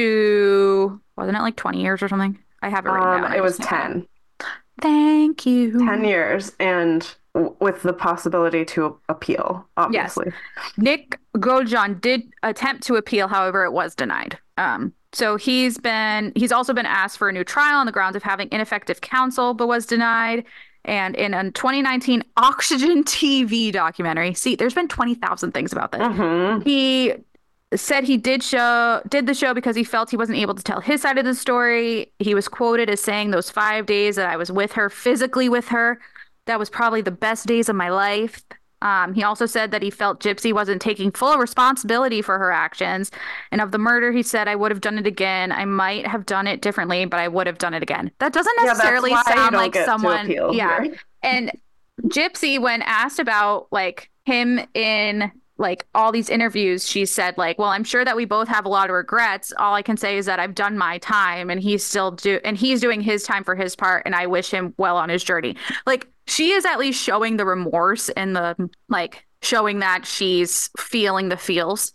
Speaker 2: to, wasn't it like 20 years or something? I have it written
Speaker 1: Um,
Speaker 2: down. I
Speaker 1: it was
Speaker 2: just can't-
Speaker 1: 10.
Speaker 2: Thank you.
Speaker 1: 10 years and w- with the possibility to appeal, obviously.
Speaker 2: Nick Gojon did attempt to appeal, however, it was denied. Um, so he's been he's also been asked for a new trial on the grounds of having ineffective counsel, but was denied. And in a 2019 Oxygen TV documentary, see, there's been 20,000 things about this.
Speaker 1: Mhm.
Speaker 2: Um, He said he did show did the show because he felt he wasn't able to tell his side of the story. He was quoted as saying those 5 days that I was with her, physically with her, that was probably the best days of my life. Um, he also said that he felt Gypsy wasn't taking full responsibility for her actions. And of the murder, he said, I would have done it again. I might have done it differently, but I would have done it again. That doesn't
Speaker 1: Yeah, that's
Speaker 2: necessarily
Speaker 1: why you
Speaker 2: sound
Speaker 1: don't
Speaker 2: like
Speaker 1: get to
Speaker 2: someone.
Speaker 1: appeal
Speaker 2: Yeah.
Speaker 1: here.
Speaker 2: And Gypsy, when asked about like him in like all these interviews, she said like, "Well, I'm sure that we both have a lot of regrets. All I can say is that I've done my time, and he's still do, and he's doing his time for his part, and I wish him well on his journey." Like she is at least showing the remorse and the like, showing that she's feeling the feels.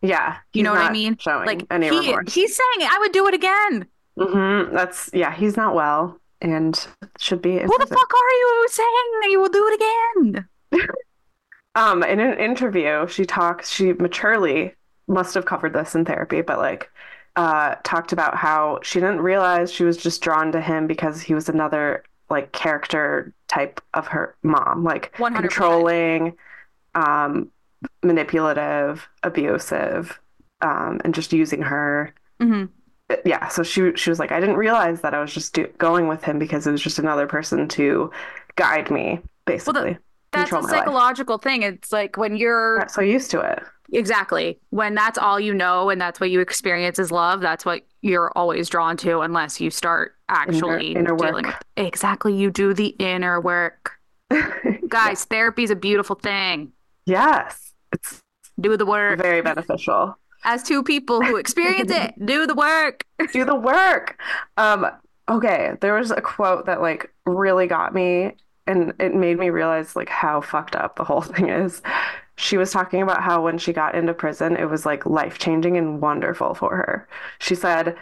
Speaker 1: Yeah,
Speaker 2: You
Speaker 1: he's
Speaker 2: know what I
Speaker 1: not
Speaker 2: mean?
Speaker 1: Showing
Speaker 2: Like
Speaker 1: any
Speaker 2: he,
Speaker 1: remorse.
Speaker 2: he's saying, "I would do it again."
Speaker 1: hmm That's yeah. He's not well and should be. in
Speaker 2: Who the
Speaker 1: prison.
Speaker 2: fuck are you saying that you will do it again?
Speaker 1: Um, in an interview, she talks, she maturely must have covered this in therapy, but like uh talked about how she didn't realize she was just drawn to him because he was another like character type of her mom, like
Speaker 2: 100%.
Speaker 1: controlling, um, manipulative, abusive, um, and just using her.
Speaker 2: hmm
Speaker 1: Yeah, so she she was like, I didn't realize that I was just do going with him because it was just another person to guide me, basically.
Speaker 2: That's
Speaker 1: Control
Speaker 2: a
Speaker 1: my life.
Speaker 2: psychological thing. It's like when you're
Speaker 1: Got so used to it.
Speaker 2: exactly when that's all you know and that's what you experience is love, that's what you're always drawn to unless you start actually
Speaker 1: inner
Speaker 2: dealing
Speaker 1: work.
Speaker 2: with exactly you do the inner work. Guys, therapy is a beautiful thing.
Speaker 1: Yes, it's
Speaker 2: Do the work.
Speaker 1: very beneficial.
Speaker 2: As two people who experience it, do the work.
Speaker 1: Do the work. Um, okay, there was a quote that like really got me and it made me realize like how fucked up the whole thing is. She was talking about how when she got into prison, it was like life-changing and wonderful for her. She said,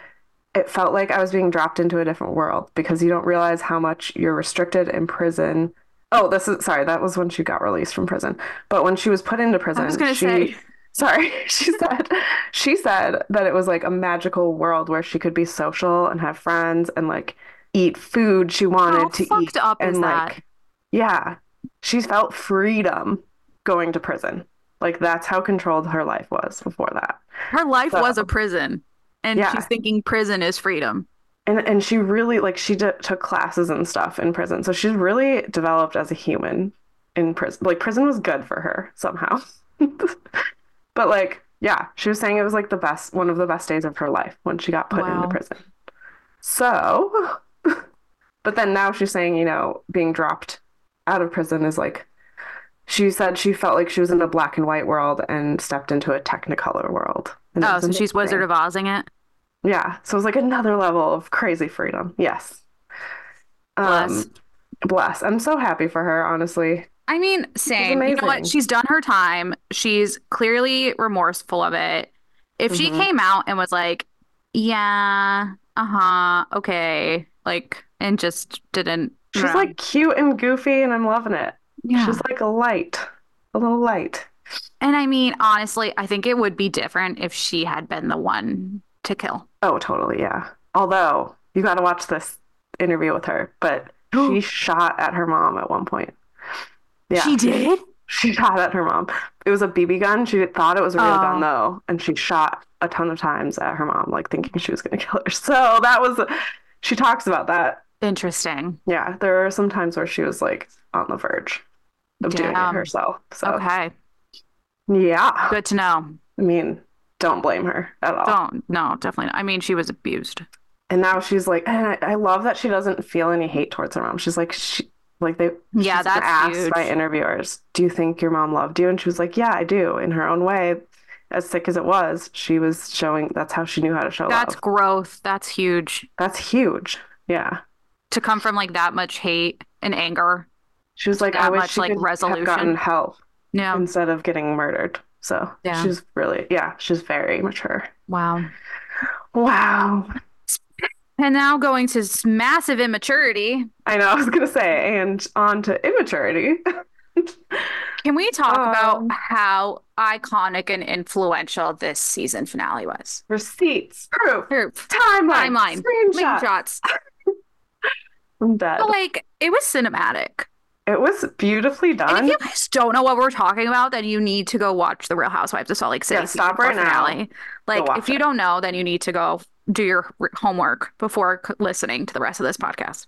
Speaker 1: It felt like I was being dropped into a different world because you don't realize how much you're restricted in prison. Oh, this is sorry, that was when she got released from prison. But when she was put into prison,
Speaker 2: I was gonna
Speaker 1: she
Speaker 2: say
Speaker 1: Sorry, she said she said that it was like a magical world where she could be social and have friends and like eat food she wanted
Speaker 2: how
Speaker 1: to
Speaker 2: fucked
Speaker 1: eat
Speaker 2: up
Speaker 1: and
Speaker 2: is that?
Speaker 1: like yeah, she felt freedom going to prison. Like that's how controlled her life was before that.
Speaker 2: Her life was
Speaker 1: so-
Speaker 2: a prison, and
Speaker 1: Yeah.
Speaker 2: she's thinking prison is freedom.
Speaker 1: And and she really like she d took classes and stuff in prison. So she's really developed as a human in prison. Like prison was good for her somehow. But like, yeah, she was saying it was like the best one of the best days of her life when she got put
Speaker 2: Wow.
Speaker 1: into prison. So, but then now she's saying, you know, being dropped out of prison is like she said she felt like she was in a black and white world and stepped into a technicolor world. And it
Speaker 2: Oh,
Speaker 1: was
Speaker 2: so she's
Speaker 1: amazing.
Speaker 2: Wizard of Ozing it.
Speaker 1: Yeah, so it was like another level of crazy freedom. Yes.
Speaker 2: Bless.
Speaker 1: Um, bless. I'm so happy for her, honestly.
Speaker 2: I mean, same. You know
Speaker 1: amazing.
Speaker 2: what? She's done her time. She's clearly remorseful of it. If she
Speaker 1: Mhm.
Speaker 2: came out and was like, yeah, uh-huh, okay, like, and just didn't
Speaker 1: She's
Speaker 2: run.
Speaker 1: like cute and goofy, and I'm loving it.
Speaker 2: yeah.
Speaker 1: She's like a light, a little light.
Speaker 2: And I mean, honestly, I think it would be different if she had been the one to kill.
Speaker 1: Oh, totally, yeah. Although you got to watch this interview with her, but she shot at her mom at one point. Yeah,
Speaker 2: She did?
Speaker 1: she shot at her mom. It was a BB gun. She thought it was a real
Speaker 2: Oh.
Speaker 1: gun though, and she shot a ton of times at her mom, like thinking she was gonna kill her. So that was. She talks about that.
Speaker 2: Interesting.
Speaker 1: Yeah, there are some times where she was like on the verge of doing it
Speaker 2: Damn.
Speaker 1: herself. So
Speaker 2: Okay.
Speaker 1: yeah,
Speaker 2: Good to know.
Speaker 1: I mean, don't blame her at all.
Speaker 2: Don't, no, definitely not. I mean, she was abused.
Speaker 1: And now she's like, and I, I love that she doesn't feel any hate towards her mom. She's like, she, like they,
Speaker 2: Yeah,
Speaker 1: she's been
Speaker 2: that's
Speaker 1: asked
Speaker 2: huge.
Speaker 1: by interviewers, do you think your mom loved you? And she was like, yeah, I do. In her own way, as sick as it was, she was showing, that's how she knew how to show
Speaker 2: That's
Speaker 1: love.
Speaker 2: growth. That's huge.
Speaker 1: That's huge. Yeah.
Speaker 2: To come from like that much hate and anger.
Speaker 1: She was like, I
Speaker 2: That
Speaker 1: wish
Speaker 2: much,
Speaker 1: she
Speaker 2: like,
Speaker 1: could have
Speaker 2: resolution.
Speaker 1: gotten help
Speaker 2: Yeah.
Speaker 1: instead of getting murdered. So
Speaker 2: Yeah.
Speaker 1: she's really, yeah, she's very mature.
Speaker 2: Wow.
Speaker 1: Wow.
Speaker 2: And now going to s- massive immaturity.
Speaker 1: I know, I was gonna say, and on to immaturity.
Speaker 2: Can we talk
Speaker 1: Um.
Speaker 2: about how iconic and influential this season finale was?
Speaker 1: Receipts, proof,
Speaker 2: Proof,
Speaker 1: timeline,
Speaker 2: Timeline.
Speaker 1: screenshot.
Speaker 2: screenshots.
Speaker 1: I'm dead.
Speaker 2: But like, it was cinematic.
Speaker 1: It was beautifully
Speaker 2: And
Speaker 1: done.
Speaker 2: if you guys don't know what we're talking about, then you need to go watch The Real Housewives of Salt Lake City
Speaker 1: Yeah, stop
Speaker 2: season four
Speaker 1: right now.
Speaker 2: finale. Like,
Speaker 1: watch
Speaker 2: if you
Speaker 1: it.
Speaker 2: don't know, then you need to go do your r- homework before c- listening to the rest of this podcast.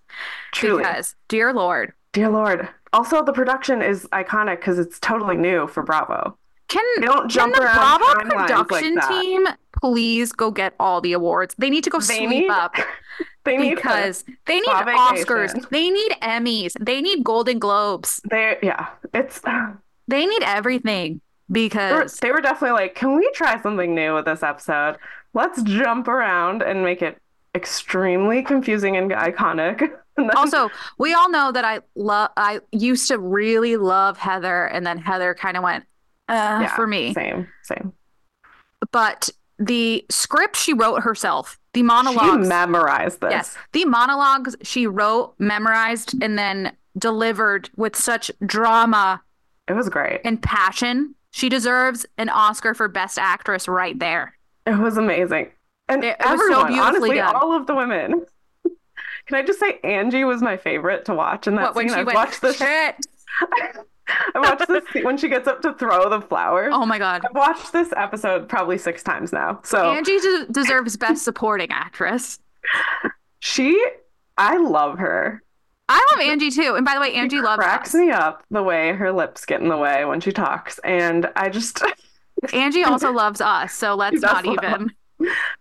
Speaker 1: Truly.
Speaker 2: Because, dear Lord,
Speaker 1: Dear Lord. Also, the production is iconic because it's totally new for Bravo.
Speaker 2: Can
Speaker 1: They don't
Speaker 2: can
Speaker 1: jump
Speaker 2: the
Speaker 1: around
Speaker 2: Bravo
Speaker 1: timelines like
Speaker 2: production
Speaker 1: that.
Speaker 2: team please go get all the awards? They need to go
Speaker 1: They
Speaker 2: sweep
Speaker 1: need-
Speaker 2: up
Speaker 1: They need to-
Speaker 2: because they need
Speaker 1: Spa
Speaker 2: Oscars,
Speaker 1: vacation.
Speaker 2: they need Emmys, they need Golden Globes,
Speaker 1: they yeah. It's
Speaker 2: they need everything
Speaker 1: they were,
Speaker 2: because
Speaker 1: they were definitely like, can we try something new with this episode? Let's jump around and make it extremely confusing and iconic. And then-
Speaker 2: also we all know that I love I used to really love Heather and then Heather kind of went uh,
Speaker 1: Yeah,
Speaker 2: for me.
Speaker 1: same, same.
Speaker 2: But the script she wrote herself, the monologues.
Speaker 1: She memorized this.
Speaker 2: Yes, the monologues she wrote, memorized, and then delivered with such drama
Speaker 1: It was great.
Speaker 2: and passion. She deserves an Oscar for Best Actress right there.
Speaker 1: It was amazing. And
Speaker 2: It- it was so
Speaker 1: everyone,
Speaker 2: beautifully
Speaker 1: honestly,
Speaker 2: done.
Speaker 1: all of the women. Can I just say Angie was my favorite to watch in that
Speaker 2: What when
Speaker 1: scene?
Speaker 2: she
Speaker 1: I've
Speaker 2: went
Speaker 1: watched this
Speaker 2: shit?
Speaker 1: I watched this scene when she gets up to throw the flowers.
Speaker 2: Oh my god,
Speaker 1: I've watched this episode probably six times now. So
Speaker 2: Angie de- deserves Best Supporting Actress.
Speaker 1: she I love her.
Speaker 2: I love Angie too. And by the way, Angie loves
Speaker 1: Cracks
Speaker 2: us.
Speaker 1: me up the way her lips get in the way when she talks. And I just
Speaker 2: Angie also loves us, so let's
Speaker 1: does
Speaker 2: not
Speaker 1: love us.
Speaker 2: even.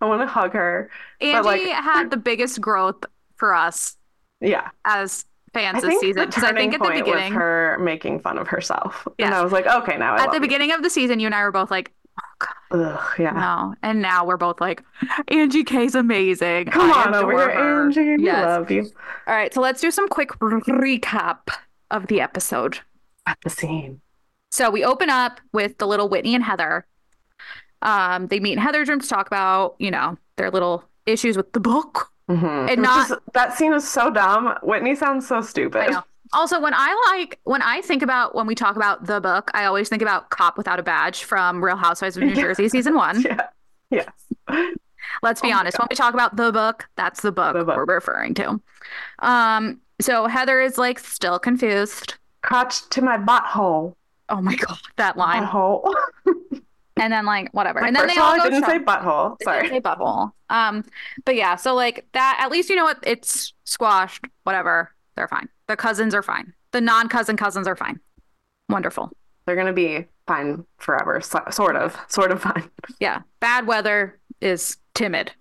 Speaker 1: I wanna hug her.
Speaker 2: Angie
Speaker 1: like-
Speaker 2: had the biggest growth for us
Speaker 1: Yeah.
Speaker 2: as
Speaker 1: I
Speaker 2: fans this
Speaker 1: think
Speaker 2: season
Speaker 1: the
Speaker 2: because I
Speaker 1: turning
Speaker 2: think at the
Speaker 1: point
Speaker 2: beginning,
Speaker 1: was her making fun of herself.
Speaker 2: Yes.
Speaker 1: And I was like, okay, now I
Speaker 2: at
Speaker 1: love
Speaker 2: the
Speaker 1: you.
Speaker 2: beginning of the season, you and I were both like,
Speaker 1: Ugh, yeah.
Speaker 2: No. And now we're both like, Angie K's amazing.
Speaker 1: Come
Speaker 2: I
Speaker 1: on over
Speaker 2: adore
Speaker 1: here,
Speaker 2: her."
Speaker 1: Angie. We
Speaker 2: Yes.
Speaker 1: love you.
Speaker 2: All right. So let's do some quick r- recap of the episode.
Speaker 1: At the scene.
Speaker 2: So we open up with the little Whitney and Heather. Um, they meet in Heather's room to talk about, you know, their little issues with the book.
Speaker 1: Mhm.
Speaker 2: And
Speaker 1: It was
Speaker 2: not-
Speaker 1: just- that scene is so dumb. Whitney sounds so
Speaker 2: I
Speaker 1: stupid.
Speaker 2: know. Also, when I like when I think about when we talk about the book, I always think about Cop Without a Badge from Real Housewives of New
Speaker 1: Yeah.
Speaker 2: Jersey season one.
Speaker 1: Yeah. Yes.
Speaker 2: Let's be
Speaker 1: Oh my
Speaker 2: honest. When we talk about the book, that's the book,
Speaker 1: The book.
Speaker 2: we're referring to. Um, so Heather is like still confused.
Speaker 1: Crotch to my butthole.
Speaker 2: Oh my god, that line.
Speaker 1: Butthole.
Speaker 2: And then like whatever.
Speaker 1: Like,
Speaker 2: and then
Speaker 1: Oh. first
Speaker 2: they
Speaker 1: of all,
Speaker 2: all
Speaker 1: I
Speaker 2: go
Speaker 1: didn't say
Speaker 2: shop-
Speaker 1: butthole.
Speaker 2: They
Speaker 1: Sorry.
Speaker 2: didn't say butthole. Um, but yeah, so like that at least you know what it's squashed, whatever. They're fine. The cousins are fine. The non-cousin cousins are fine. Wonderful.
Speaker 1: They're gonna be fine forever. So- sort of. Sort of fine.
Speaker 2: Yeah. Bad weather is timid.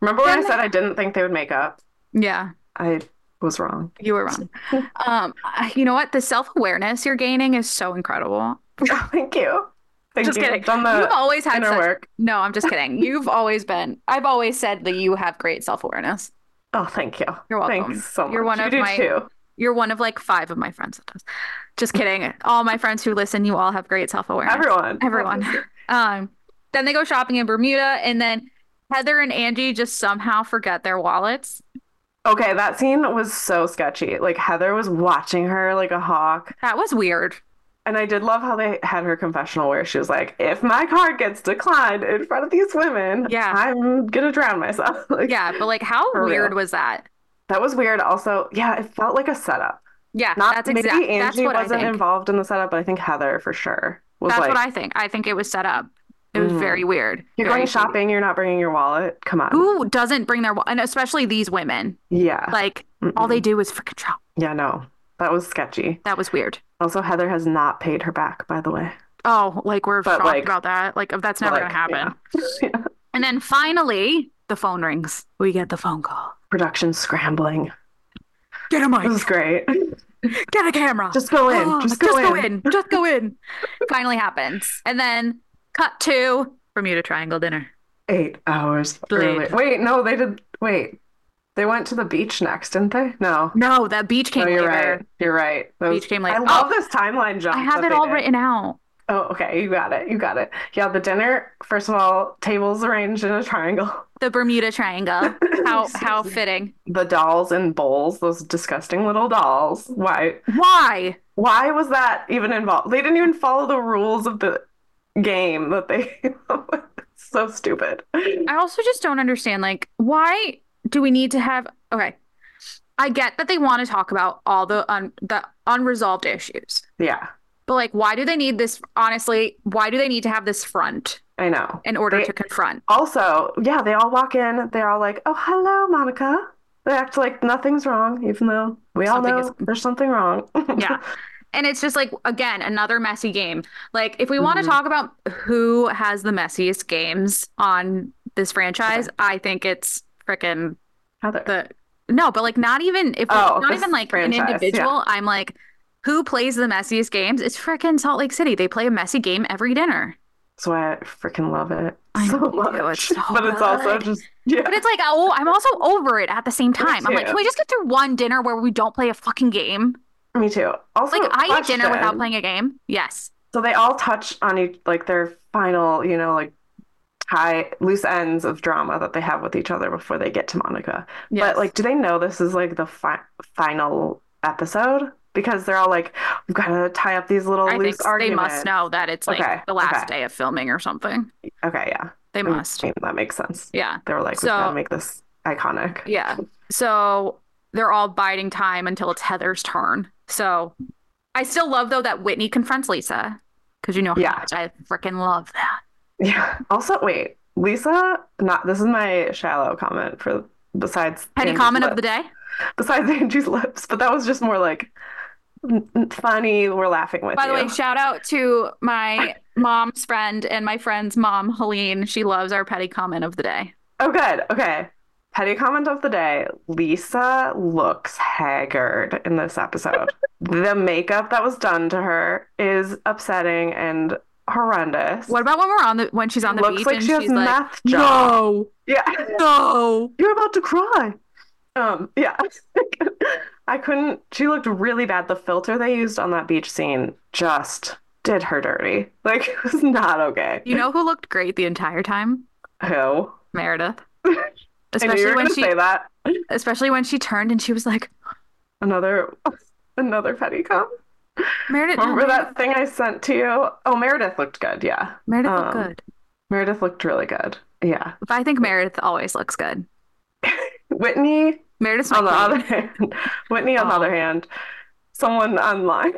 Speaker 1: Remember when I
Speaker 2: And-
Speaker 1: said I didn't think they would make up?
Speaker 2: Yeah,
Speaker 1: I was wrong.
Speaker 2: you were wrong. um, I- you know what? The self-awareness you're gaining is so incredible.
Speaker 1: Thank you. Thank
Speaker 2: Just
Speaker 1: you.
Speaker 2: kidding.
Speaker 1: Done
Speaker 2: You've
Speaker 1: the
Speaker 2: always had
Speaker 1: inner
Speaker 2: such
Speaker 1: work.
Speaker 2: No, I'm just kidding. You've always been. I've always said that you have great self awareness.
Speaker 1: Oh, thank you.
Speaker 2: You're welcome.
Speaker 1: Thanks so much.
Speaker 2: You're one
Speaker 1: you
Speaker 2: of
Speaker 1: do
Speaker 2: my-
Speaker 1: too.
Speaker 2: You're one of like five of my friends that does. Just kidding. All my friends who listen, you all have great self awareness.
Speaker 1: Everyone.
Speaker 2: Everyone. Um, then they go shopping in Bermuda, and then Heather and Angie just somehow forget their wallets.
Speaker 1: Okay, that scene was so sketchy. Like Heather was watching her like a hawk.
Speaker 2: That was weird.
Speaker 1: And I did love how they had her confessional where she was like, if my card gets declined in front of these women,
Speaker 2: Yeah.
Speaker 1: I'm gonna drown myself. Like,
Speaker 2: Yeah, but like, how
Speaker 1: For real.
Speaker 2: weird was that?
Speaker 1: That was weird. Also, yeah, it felt like a setup.
Speaker 2: Yeah,
Speaker 1: Not
Speaker 2: that's
Speaker 1: maybe
Speaker 2: exactly. That's
Speaker 1: Angie
Speaker 2: what I
Speaker 1: wasn't
Speaker 2: think.
Speaker 1: involved in the setup, but I think Heather for sure was
Speaker 2: That's
Speaker 1: like,
Speaker 2: what I think. I think it was set up. It was
Speaker 1: Mhm.
Speaker 2: very weird.
Speaker 1: You're
Speaker 2: Very
Speaker 1: going
Speaker 2: creepy.
Speaker 1: shopping, you're not bringing your wallet. Come on.
Speaker 2: Who doesn't bring their wa- and especially these women?
Speaker 1: Yeah.
Speaker 2: Like all they
Speaker 1: Mm-mm.
Speaker 2: do is freaking shop.
Speaker 1: Yeah, no. That was sketchy.
Speaker 2: That was weird.
Speaker 1: Also, Heather has not paid her back, by the way.
Speaker 2: Oh, like we're
Speaker 1: But,
Speaker 2: shocked
Speaker 1: like-
Speaker 2: about that. Like that's never
Speaker 1: Like,
Speaker 2: gonna happen.
Speaker 1: yeah.
Speaker 2: And then finally, the phone rings. We get the phone call.
Speaker 1: production scrambling.
Speaker 2: Oh Get a
Speaker 1: This
Speaker 2: mic.
Speaker 1: is great.
Speaker 2: Get a camera.
Speaker 1: Just go in.
Speaker 2: Oh,
Speaker 1: just go in.
Speaker 2: Just go in. finally happens. And then cut to Bermuda Triangle dinner.
Speaker 1: Eight hours
Speaker 2: Blade.
Speaker 1: early. Wait, no, they did. Wait, they went to the beach next, didn't they? No.
Speaker 2: No, that beach came
Speaker 1: no, you're
Speaker 2: later.
Speaker 1: right. You're right. That
Speaker 2: Beach came later.
Speaker 1: I love
Speaker 2: Oh,
Speaker 1: this timeline jump.
Speaker 2: I have
Speaker 1: that
Speaker 2: it
Speaker 1: they
Speaker 2: all
Speaker 1: did.
Speaker 2: written out.
Speaker 1: Oh, okay. You got it. You got it. Yeah, the dinner. First of all, tables arranged in a triangle.
Speaker 2: The Bermuda Triangle. How how fitting.
Speaker 1: The dolls in bowls. Those disgusting little dolls. Why?
Speaker 2: Why?
Speaker 1: Why was that even involved? They didn't even follow the rules of the game that they. It's so stupid.
Speaker 2: I also just don't understand. Like, why do we need to have? Okay, I get that they want to talk about all the un, the unresolved issues,
Speaker 1: Yeah,
Speaker 2: but like, why do they need this? Honestly, why do they need to have this front
Speaker 1: I know.
Speaker 2: in order
Speaker 1: They-
Speaker 2: to confront?
Speaker 1: Also, yeah, they all walk in. They're all like, "Oh, hello, Monica." They act like nothing's wrong, even though we all
Speaker 2: Something
Speaker 1: know
Speaker 2: is-
Speaker 1: there's something wrong.
Speaker 2: yeah. And it's just like again another messy game. Like if we want to
Speaker 1: Mhm.
Speaker 2: talk about who has the messiest games on this franchise, I think it's freaking
Speaker 1: Heather.
Speaker 2: the no, but like not even if
Speaker 1: Oh,
Speaker 2: not
Speaker 1: this
Speaker 2: even like an
Speaker 1: franchise, yeah.
Speaker 2: individual. I'm like, who plays the messiest games? It's freaking Salt Lake City. They play a messy game every dinner.
Speaker 1: That's why I freaking love it
Speaker 2: I
Speaker 1: so
Speaker 2: know,
Speaker 1: much.
Speaker 2: too. It's so
Speaker 1: but it's also
Speaker 2: good.
Speaker 1: just yeah.
Speaker 2: But it's like, oh, I'm also over it at the same time. I'm like,
Speaker 1: too.
Speaker 2: can we just get through one dinner where we don't play a fucking game?
Speaker 1: Me too. Also,
Speaker 2: Like I eat dinner without
Speaker 1: question.
Speaker 2: playing a game. Yes.
Speaker 1: So they all touch on each like their final, you know, like tie loose ends of drama that they have with each other before they get to Monica.
Speaker 2: Yes.
Speaker 1: But like, do they know this is like the fi- final episode? Because they're all like, we've got to tie up these little
Speaker 2: I
Speaker 1: loose
Speaker 2: think they must
Speaker 1: arguments.
Speaker 2: know that it's like
Speaker 1: Okay,
Speaker 2: the last
Speaker 1: okay.
Speaker 2: day of filming or something.
Speaker 1: Okay, yeah, Mm,
Speaker 2: They
Speaker 1: I
Speaker 2: must.
Speaker 1: mean, that makes sense.
Speaker 2: Yeah.
Speaker 1: They were like, we've
Speaker 2: So-
Speaker 1: got to make this iconic.
Speaker 2: Yeah. So they're all biding time until it's Heather's turn. So I still love though that Whitney confronts Lisa because you know how
Speaker 1: Yeah.
Speaker 2: much I freaking love that.
Speaker 1: Yeah. Also, wait, Lisa. Not this is my shallow comment for besides
Speaker 2: Penny
Speaker 1: Angie's
Speaker 2: comment
Speaker 1: lip-
Speaker 2: of the day.
Speaker 1: besides Angie's lips, but that was just more like n- n- funny. We're laughing with
Speaker 2: By the
Speaker 1: you.
Speaker 2: way, shout out to my mom's friend and my friend's mom, Helene. She loves our petty comment of the day.
Speaker 1: oh, good. Okay. Petty comment of the day. Lisa looks haggard in this episode. the makeup that was done to her is upsetting and horrendous.
Speaker 2: What about when we're on the when she's on the
Speaker 1: looks
Speaker 2: beach
Speaker 1: like
Speaker 2: and
Speaker 1: she has
Speaker 2: she's like,
Speaker 1: meth jaw. Yeah.
Speaker 2: no,
Speaker 1: You're about to cry. Um, yeah. I couldn't. She looked really bad. The filter they used on that beach scene just did her dirty. Like, it was not okay.
Speaker 2: You know who looked great the entire time?
Speaker 1: Who?
Speaker 2: Meredith.
Speaker 1: I knew you
Speaker 2: Especially
Speaker 1: were
Speaker 2: when
Speaker 1: gonna
Speaker 2: she
Speaker 1: say that.
Speaker 2: especially when she turned and she was like,
Speaker 1: Another, another petticoat.
Speaker 2: Meredith, no,
Speaker 1: Remember that
Speaker 2: Meredith,
Speaker 1: thing I sent to you? Oh, Meredith looked good. Yeah.
Speaker 2: Meredith looked
Speaker 1: um,
Speaker 2: good.
Speaker 1: Meredith looked really good. Yeah.
Speaker 2: But I think Meredith always looks good.
Speaker 1: Whitney,
Speaker 2: Meredith's
Speaker 1: on the
Speaker 2: my
Speaker 1: other
Speaker 2: queen.
Speaker 1: hand, Whitney, on the
Speaker 2: Oh.
Speaker 1: other hand, someone online,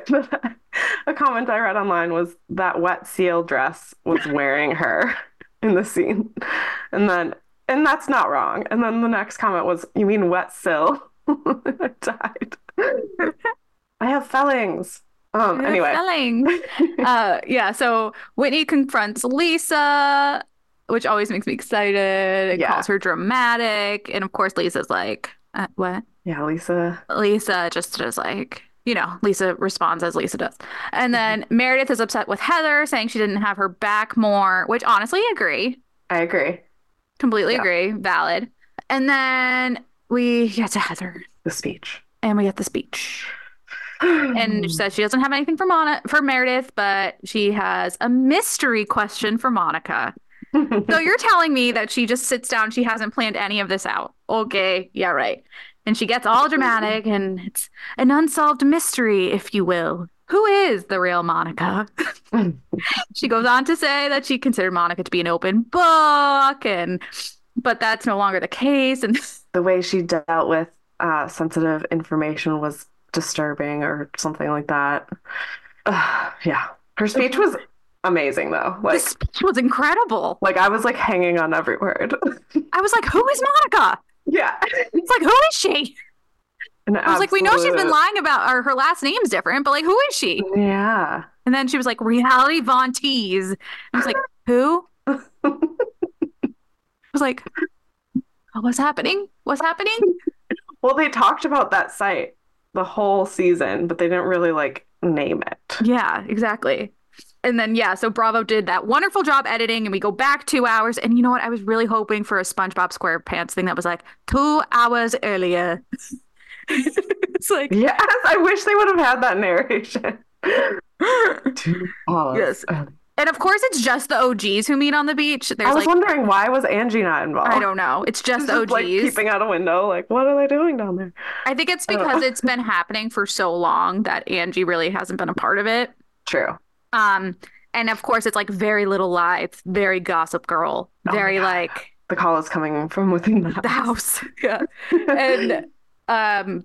Speaker 1: a comment I read online was that wet seal dress was wearing her in the scene. And then, and that's not wrong. And then the next comment was, You mean wet seal? I died. I have fellings. Um,
Speaker 2: Meredith
Speaker 1: anyway,
Speaker 2: Spelling. uh, yeah, so Whitney confronts Lisa, which always makes me excited. It
Speaker 1: Yeah.
Speaker 2: calls her dramatic. And of course, Lisa's like, uh, what?
Speaker 1: yeah, Lisa.
Speaker 2: Lisa just is like, you know, Lisa responds as Lisa does.
Speaker 1: Mm-hmm.
Speaker 2: And then Meredith is upset with Heather, saying she didn't have her back more, which honestly, I agree.
Speaker 1: I agree.
Speaker 2: Completely
Speaker 1: Yeah.
Speaker 2: agree. Valid. And then we get to Heather
Speaker 1: The speech.
Speaker 2: and we get the speech. and she says she doesn't have anything for Mona for Meredith, but she has a mystery question for Monica. So you're telling me that she just sits down, she hasn't planned any of this out. Okay, yeah, right. And she gets all dramatic and it's an unsolved mystery, if you will. Who is the real Monica? she goes on to say that she considered Monica to be an open book and but that's no longer the case and
Speaker 1: the way she dealt with uh, sensitive information was disturbing or something like that. Ugh, yeah. Her speech was amazing though.
Speaker 2: the
Speaker 1: Like
Speaker 2: speech was incredible.
Speaker 1: like I was like hanging on every word.
Speaker 2: I was like, who is Monica?
Speaker 1: yeah.
Speaker 2: It's like, who is she?
Speaker 1: An
Speaker 2: I was like, we know she's been
Speaker 1: absolute-
Speaker 2: lying about or her last name's different, but like, who is she?
Speaker 1: Yeah.
Speaker 2: And then she was like, reality Von Tees. I was like, who? I was like, "Oh, what's happening? What's happening?
Speaker 1: Well, they talked about that site the whole season, but they didn't really like name it.
Speaker 2: Yeah, exactly. And then, yeah, so Bravo did that wonderful job editing, and we go back two hours. And you know what? I was really hoping for a SpongeBob SquarePants thing that was like two hours earlier. it's like,
Speaker 1: Yes, I wish they would have had that narration. Two hours.
Speaker 2: Yes.
Speaker 1: I
Speaker 2: and of course, it's just the OGs who meet on the beach. There's
Speaker 1: was
Speaker 2: like,
Speaker 1: wondering why was Angie not involved?
Speaker 2: I don't know. It's just
Speaker 1: Just,
Speaker 2: OGs.
Speaker 1: like peeping out a window, like what are they doing down there?
Speaker 2: I think it's
Speaker 1: Oh.
Speaker 2: because it's been happening for so long that Angie really hasn't been a part of it.
Speaker 1: True.
Speaker 2: Um, and of course, it's like very little live, very Gossip Girl,
Speaker 1: Oh my
Speaker 2: very
Speaker 1: God.
Speaker 2: like
Speaker 1: The call is coming from within the
Speaker 2: the
Speaker 1: house.
Speaker 2: house. yeah, and um,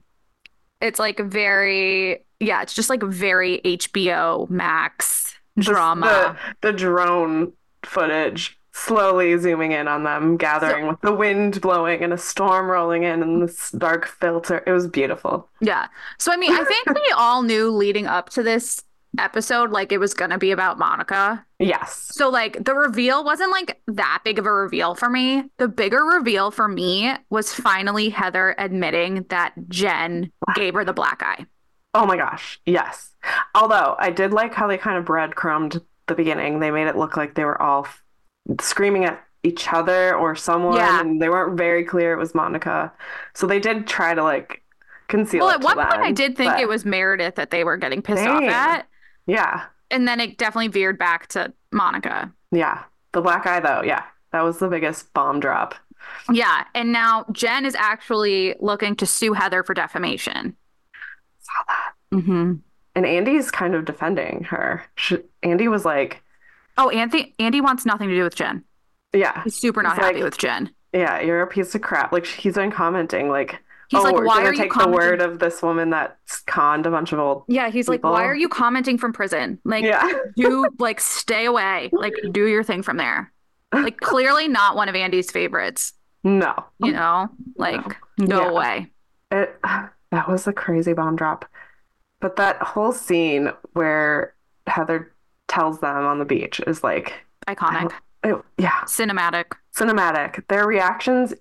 Speaker 2: it's like very yeah, it's just like very HBO Max
Speaker 1: Just
Speaker 2: drama.
Speaker 1: The, the drone footage slowly zooming in on them, gathering with the wind blowing and a storm rolling in and this dark filter. It was beautiful.
Speaker 2: Yeah. So I mean, I think we all knew leading up to this episode like it was going to be about Monica.
Speaker 1: Yes.
Speaker 2: So like the reveal wasn't like that big of a reveal for me. The bigger reveal for me was finally Heather admitting that Jen gave her the black eye.
Speaker 1: Oh my gosh. Yes. Although I did like how they kind of breadcrumbed the beginning. They made it look like they were all f- screaming at each other or someone,
Speaker 2: Yeah.
Speaker 1: and they weren't very clear it was Monica. So they did try to like conceal.
Speaker 2: Well,
Speaker 1: it
Speaker 2: at
Speaker 1: to
Speaker 2: one point
Speaker 1: them,
Speaker 2: I did think
Speaker 1: but-
Speaker 2: it was Meredith that they were getting pissed off
Speaker 1: Dang.
Speaker 2: at,
Speaker 1: Yeah.
Speaker 2: and then it definitely veered back to Monica.
Speaker 1: Yeah. The black eye, though. Yeah. That was the biggest bomb drop.
Speaker 2: Yeah, and now Jen is actually looking to sue Heather for defamation.
Speaker 1: Saw that.
Speaker 2: Mm-hmm.
Speaker 1: And Andy's kind of defending her. She, Andy was like,
Speaker 2: Oh, Anthony, Andy wants nothing to do with Jen.
Speaker 1: yeah,
Speaker 2: He's super not
Speaker 1: He's
Speaker 2: happy
Speaker 1: like-
Speaker 2: with Jen.
Speaker 1: yeah, you're a piece of crap. Like, he's been commenting, like,
Speaker 2: He's
Speaker 1: oh,
Speaker 2: like,
Speaker 1: we're
Speaker 2: why
Speaker 1: gonna
Speaker 2: are you
Speaker 1: take the
Speaker 2: commenting?
Speaker 1: word of this woman that conned a bunch of old.
Speaker 2: yeah, he's
Speaker 1: people.
Speaker 2: like, why are you commenting from prison? Like,
Speaker 1: yeah.
Speaker 2: do like stay away. Like, do your thing from there. Like, clearly not one of Andy's favorites.
Speaker 1: Oh, No.
Speaker 2: You know, like, no
Speaker 1: Yeah.
Speaker 2: way.
Speaker 1: It, that was a crazy bomb drop. But that whole scene where Heather tells them on the beach is like,
Speaker 2: Iconic,
Speaker 1: it, yeah,
Speaker 2: cinematic.
Speaker 1: cinematic. Their reactions,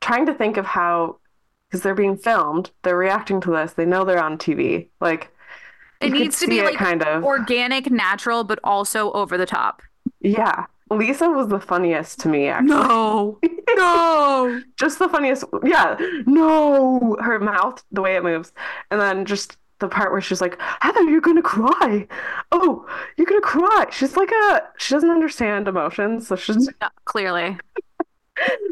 Speaker 1: trying to think of how, because they're being filmed, they're reacting to this. They know they're on TV. Like
Speaker 2: It
Speaker 1: you could
Speaker 2: needs to be
Speaker 1: see it
Speaker 2: like
Speaker 1: kind of
Speaker 2: organic, natural, but also over the top.
Speaker 1: yeah. Lisa was the funniest to me, actually.
Speaker 2: No, no.
Speaker 1: Just the funniest. Yeah. No, her mouth, the way it moves, and then just the part where she's like, "Heather, you're gonna cry. Oh, you're gonna cry." She's like a she doesn't understand emotions, so she's
Speaker 2: No, clearly,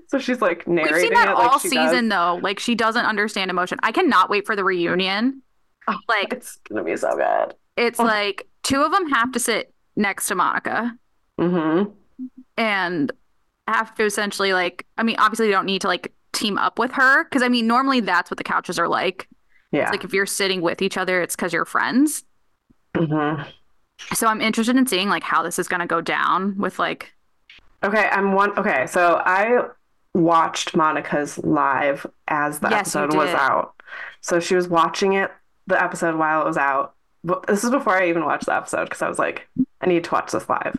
Speaker 1: so she's like
Speaker 2: we've
Speaker 1: narrating
Speaker 2: seen that
Speaker 1: it like
Speaker 2: all
Speaker 1: she does.
Speaker 2: season though. Like, she doesn't understand emotion. I cannot wait for the reunion.
Speaker 1: Oh,
Speaker 2: Like,
Speaker 1: It's gonna be so good.
Speaker 2: it's
Speaker 1: oh.
Speaker 2: like two of them have to sit next to Monica.
Speaker 1: Mm-hmm.
Speaker 2: and have to essentially like I mean obviously you don't need to like team up with her because I mean normally that's what the couches are like.
Speaker 1: Yeah.
Speaker 2: It's like if you're sitting with each other it's cuz you're friends.
Speaker 1: hmm
Speaker 2: So I'm interested in seeing like how this is going to go down with like
Speaker 1: Okay, I'm one. Okay, so I watched Monica's live as the
Speaker 2: Yes, you
Speaker 1: episode was
Speaker 2: did.
Speaker 1: out. So she was watching it, the episode while it was out. But this is before I even watched the episode because I was like, I need to watch this live.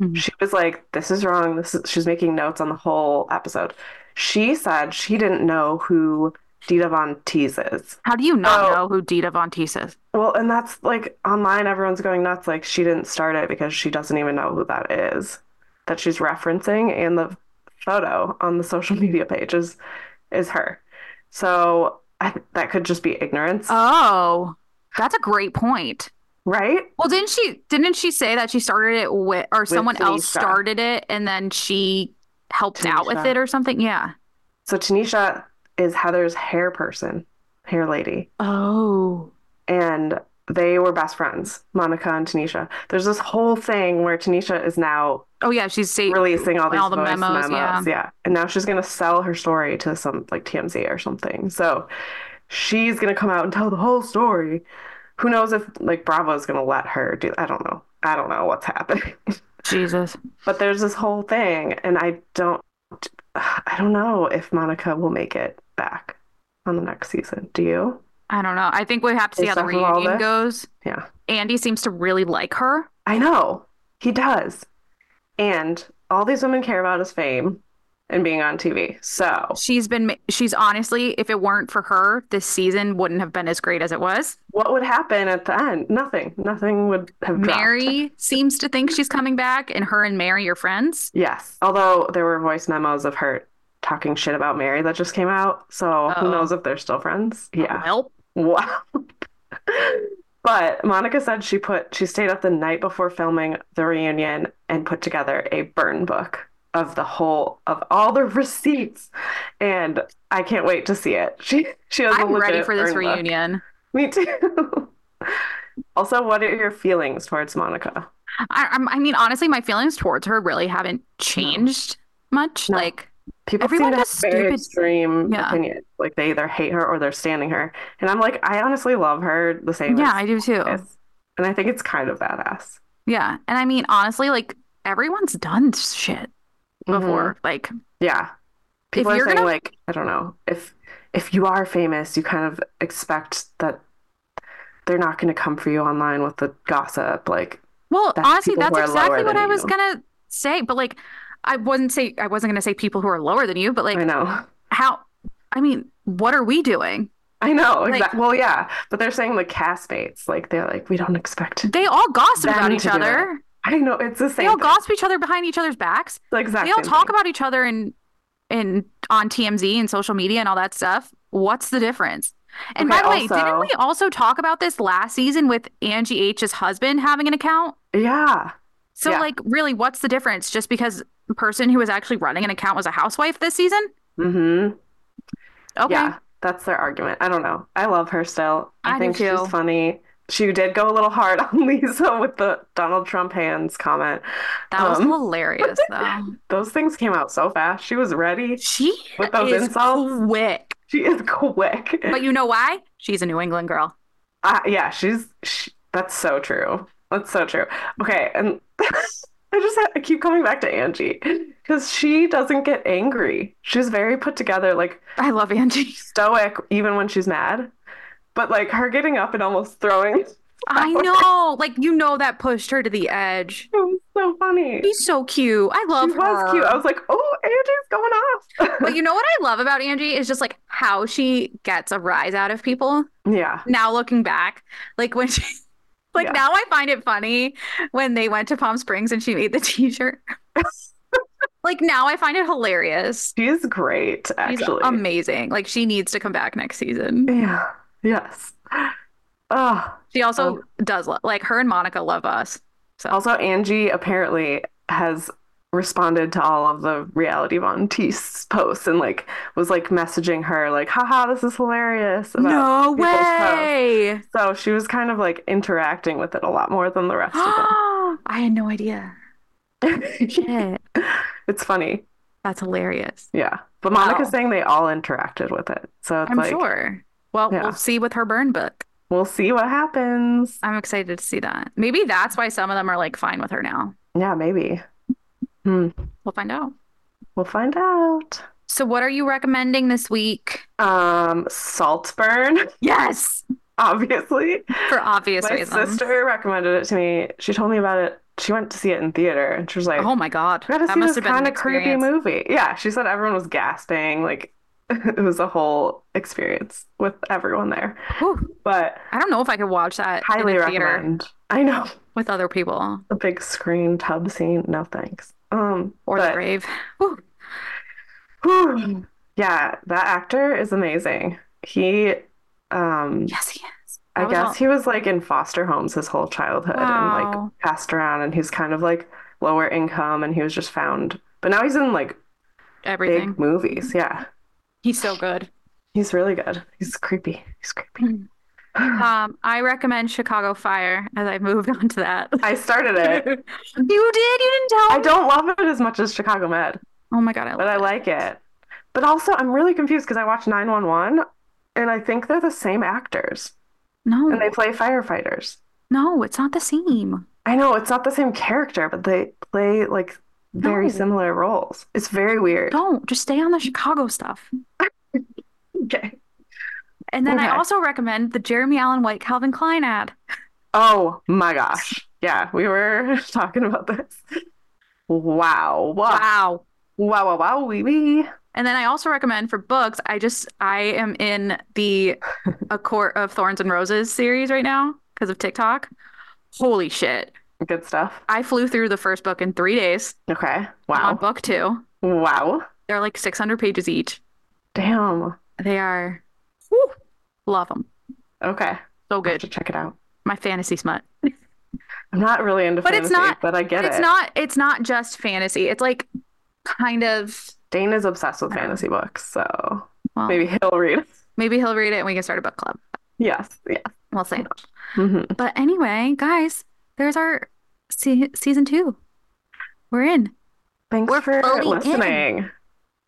Speaker 2: Mhm.
Speaker 1: She was like, this is wrong. This is, she's making notes on the whole episode. She said she didn't know who Dita Von Teese is.
Speaker 2: how do you not
Speaker 1: Oh.
Speaker 2: know who Dita Von Teese is?
Speaker 1: Well, and that's like online, everyone's going nuts. Like, she didn't start it because she doesn't even know who that is that she's referencing. And the photo on the social media page is, is her. So I, th- that could just be ignorance,
Speaker 2: Oh, that's a great point.
Speaker 1: right?
Speaker 2: Well, didn't she didn't she say that she started it with or someone else
Speaker 1: Tanisha.
Speaker 2: started it and then she helped out with
Speaker 1: Tanisha.
Speaker 2: it or something? Yeah.
Speaker 1: So Tanisha is Heather's hair person, hair lady.
Speaker 2: Oh.
Speaker 1: And they were best friends, Monica and Tanisha. There's this whole thing where Tanisha is now
Speaker 2: Oh yeah, she's saying
Speaker 1: releasing all these
Speaker 2: all the
Speaker 1: voice
Speaker 2: memos,
Speaker 1: memos. Yeah. And now she's going to sell her story to some like TMZ or something. So she's going to come out and tell the whole story. Who knows if like Bravo is going to let her do I don't know. I don't know what's happening.
Speaker 2: Jesus.
Speaker 1: but there's this whole thing and I don't I don't know if Monica will make it back on the next season. Do you?
Speaker 2: I don't know. I think we have to see
Speaker 1: Based
Speaker 2: how the
Speaker 1: off of all
Speaker 2: reunion
Speaker 1: this?
Speaker 2: goes.
Speaker 1: Yeah.
Speaker 2: Andy seems to really like her.
Speaker 1: I know. He does. And all these women care about is fame and being on TV. So
Speaker 2: She's been, ma- she's honestly, if it weren't for her, this season wouldn't have been as great as it was.
Speaker 1: what would happen at the end? Nothing. Nothing would have dropped.
Speaker 2: Mary seems to think she's coming back, and her and Mary are friends.
Speaker 1: Yes. Although there were voice memos of her talking shit about Mary that just came out. So
Speaker 2: Oh.
Speaker 1: who knows if they're still friends? Yeah.
Speaker 2: Well,
Speaker 1: Wow. but Monica said she put she stayed up the night before filming the reunion and put together a burn book of the whole of all the receipts. And I can't wait to see it. She she has a
Speaker 2: I'm ready
Speaker 1: legit
Speaker 2: for this
Speaker 1: burn book.
Speaker 2: reunion.
Speaker 1: Me too. Also, what are your feelings towards Monica?
Speaker 2: I, I'm, I mean, honestly, my feelings towards her really haven't changed much.
Speaker 1: No.
Speaker 2: Like,
Speaker 1: People seem
Speaker 2: Everyone
Speaker 1: to have
Speaker 2: has
Speaker 1: very
Speaker 2: stupid-
Speaker 1: extreme
Speaker 2: Yeah.
Speaker 1: opinions. Like they either hate her or they're standing her. And I'm like, I honestly love her the same
Speaker 2: yeah,
Speaker 1: as
Speaker 2: I do too.
Speaker 1: this. And I think it's kind of badass.
Speaker 2: Yeah. And I mean, honestly, like, everyone's done shit.
Speaker 1: Mm-hmm.
Speaker 2: before. Like
Speaker 1: Yeah. People
Speaker 2: Mm-hmm. If
Speaker 1: are
Speaker 2: you're
Speaker 1: saying
Speaker 2: gonna-
Speaker 1: like, I don't know, if if you are famous, you kind of expect that they're not going to come for you online with the gossip. Like,
Speaker 2: Well,
Speaker 1: That's
Speaker 2: honestly,
Speaker 1: people who
Speaker 2: that's
Speaker 1: are lower
Speaker 2: exactly what
Speaker 1: than
Speaker 2: I was
Speaker 1: you.
Speaker 2: gonna say. But like, I wasn't say I wasn't gonna say people who are lower than you. But like,
Speaker 1: I know,
Speaker 2: how? I mean, what are we doing?
Speaker 1: I know.
Speaker 2: Like-
Speaker 1: Exactly. Well, yeah, but they're saying the castmates, like they're like, we don't expect.
Speaker 2: They all gossip
Speaker 1: Them
Speaker 2: about
Speaker 1: to
Speaker 2: each
Speaker 1: do
Speaker 2: other.
Speaker 1: I know it's the
Speaker 2: They
Speaker 1: same.
Speaker 2: all
Speaker 1: thing.
Speaker 2: gossip each other behind each other's backs.
Speaker 1: It's the exact
Speaker 2: They all
Speaker 1: same
Speaker 2: talk
Speaker 1: thing.
Speaker 2: about each other and and on TMZ and social media and all that stuff. What's the difference? And
Speaker 1: Okay,
Speaker 2: by the way,
Speaker 1: also-
Speaker 2: didn't we also talk about this last season with Angie H's husband having an account?
Speaker 1: Yeah,
Speaker 2: So
Speaker 1: Yeah.
Speaker 2: like, really, what's the difference? Just because the person who was actually running an account was a housewife this season?
Speaker 1: hmm
Speaker 2: Okay.
Speaker 1: Yeah, that's their argument. I don't know. I love her still. I,
Speaker 2: I do
Speaker 1: think
Speaker 2: too.
Speaker 1: she's funny. She did go a little hard on Lisa with the Donald Trump hands comment.
Speaker 2: That was
Speaker 1: Um,
Speaker 2: hilarious, though.
Speaker 1: Those things came out so fast. She was ready.
Speaker 2: She
Speaker 1: With those
Speaker 2: is
Speaker 1: insults?
Speaker 2: quick.
Speaker 1: She is quick.
Speaker 2: But you know why? She's a New England girl.
Speaker 1: Uh, yeah, she's she, that's so true. That's so true. Okay, and I just ha I keep coming back to Angie because she doesn't get angry. She's very put together, like
Speaker 2: I love Angie.
Speaker 1: stoic, even when she's mad. But like her getting up and almost throwing, it
Speaker 2: I know. Like, you know that pushed her to the edge.
Speaker 1: was so funny. She
Speaker 2: She's so cute. I love her.
Speaker 1: was cute. I was like, oh, Angie's going off.
Speaker 2: But you know what I love about Angie is just like how she gets a rise out of people.
Speaker 1: Yeah,
Speaker 2: Now looking back, like when she like
Speaker 1: Yeah.
Speaker 2: now I find it funny when they went to Palm Springs and she made the t-shirt. like now I find it hilarious.
Speaker 1: she's great,
Speaker 2: She's
Speaker 1: actually.
Speaker 2: amazing. Like she needs to come back next season.
Speaker 1: Yeah, yes. Oh,
Speaker 2: She also
Speaker 1: Oh.
Speaker 2: does lo- like her and Monica love us.
Speaker 1: Also, Angie apparently has responded to all of the reality Von Teese posts and like was like messaging her like, haha, this is hilarious about
Speaker 2: No
Speaker 1: people's posts.
Speaker 2: way.
Speaker 1: So she was kind of like interacting with it a lot more than the rest of them.
Speaker 2: I had no idea. Shit.
Speaker 1: It's funny.
Speaker 2: That's hilarious.
Speaker 1: Yeah. But Monica's
Speaker 2: Wow.
Speaker 1: saying they all interacted with it. So it's
Speaker 2: I'm
Speaker 1: like
Speaker 2: sure. Well,
Speaker 1: Yeah.
Speaker 2: we'll see with her burn book.
Speaker 1: we'll see what happens.
Speaker 2: I'm excited to see that. Maybe that's why some of them are like fine with her now.
Speaker 1: Yeah, maybe.
Speaker 2: We'll find out.
Speaker 1: We'll find out.
Speaker 2: So, what are you recommending this week?
Speaker 1: Um, Saltburn,
Speaker 2: Yes,
Speaker 1: obviously.
Speaker 2: for obvious
Speaker 1: My
Speaker 2: reasons.
Speaker 1: sister recommended it to me. She told me about it. She went to see it in theater, and she was like,
Speaker 2: Oh my god,
Speaker 1: "I gotta
Speaker 2: that
Speaker 1: see
Speaker 2: must
Speaker 1: this
Speaker 2: have been
Speaker 1: kind of
Speaker 2: an
Speaker 1: creepy
Speaker 2: experience.
Speaker 1: movie." Yeah, she said everyone was gasping. Like, it was a whole experience with everyone there.
Speaker 2: Whew.
Speaker 1: But
Speaker 2: I don't know if I could watch that
Speaker 1: highly
Speaker 2: in a theater
Speaker 1: recommend. I know
Speaker 2: with other people
Speaker 1: the big screen tub scene. No thanks. Um,
Speaker 2: or the
Speaker 1: but
Speaker 2: grave. Whew.
Speaker 1: whew, yeah, that actor is amazing. He, um,
Speaker 2: Yes, he is.
Speaker 1: I
Speaker 2: That was
Speaker 1: guess
Speaker 2: all-
Speaker 1: he was like in foster homes his whole childhood and
Speaker 2: Wow.
Speaker 1: like passed around and he's kind of like lower income and he was just found. But now he's in like
Speaker 2: everything.
Speaker 1: big movies. Yeah.
Speaker 2: He's so good.
Speaker 1: He's really good. He's creepy. He's creepy.
Speaker 2: Um, I recommend Chicago Fire as I moved on to that.
Speaker 1: I started
Speaker 2: you
Speaker 1: it.
Speaker 2: did. You didn't tell
Speaker 1: I
Speaker 2: me.
Speaker 1: don't love it as much as Chicago Med,
Speaker 2: Oh my god, I
Speaker 1: but
Speaker 2: love
Speaker 1: I
Speaker 2: it.
Speaker 1: like it. But also I'm really confused because I watched 911 and I think they're the same actors and they
Speaker 2: No,
Speaker 1: play firefighters.
Speaker 2: no, it's not the same.
Speaker 1: I know it's not the same character, but they play like very
Speaker 2: No.
Speaker 1: similar roles. It's very weird.
Speaker 2: Don't just stay on the Chicago stuff.
Speaker 1: Okay.
Speaker 2: And then
Speaker 1: Okay.
Speaker 2: I also recommend the Jeremy Allen White Calvin Klein ad.
Speaker 1: Oh my gosh. Yeah, we were talking about this. Wow. Wow,
Speaker 2: Wow.
Speaker 1: wow, wow, wow, wee wee.
Speaker 2: And then I also recommend for books. I just I am in the A Court of Thorns and Roses series right now because of TikTok. Holy shit.
Speaker 1: Good stuff.
Speaker 2: I flew through the first book in three days
Speaker 1: Okay.
Speaker 2: on
Speaker 1: Wow.
Speaker 2: book two.
Speaker 1: Wow.
Speaker 2: They're like 600 pages each.
Speaker 1: Damn.
Speaker 2: They are, whew, love them.
Speaker 1: Okay. I'll
Speaker 2: So
Speaker 1: have
Speaker 2: good.
Speaker 1: to check it out.
Speaker 2: My fantasy smut.
Speaker 1: I'm not really into
Speaker 2: But it's
Speaker 1: fantasy,
Speaker 2: not-
Speaker 1: but I get
Speaker 2: But it's
Speaker 1: it.
Speaker 2: not, it's not just fantasy. It's like kind of,
Speaker 1: Dane is obsessed with
Speaker 2: I don't know.
Speaker 1: fantasy books, so
Speaker 2: well, maybe.
Speaker 1: maybe he'll read. it.
Speaker 2: maybe he'll read it and we can start a book club.
Speaker 1: Yes. Yes.
Speaker 2: We'll see.
Speaker 1: Mhm.
Speaker 2: But anyway, guys, there's our se- season two. We're in.
Speaker 1: Thanks
Speaker 2: We're
Speaker 1: for
Speaker 2: fully in.
Speaker 1: listening.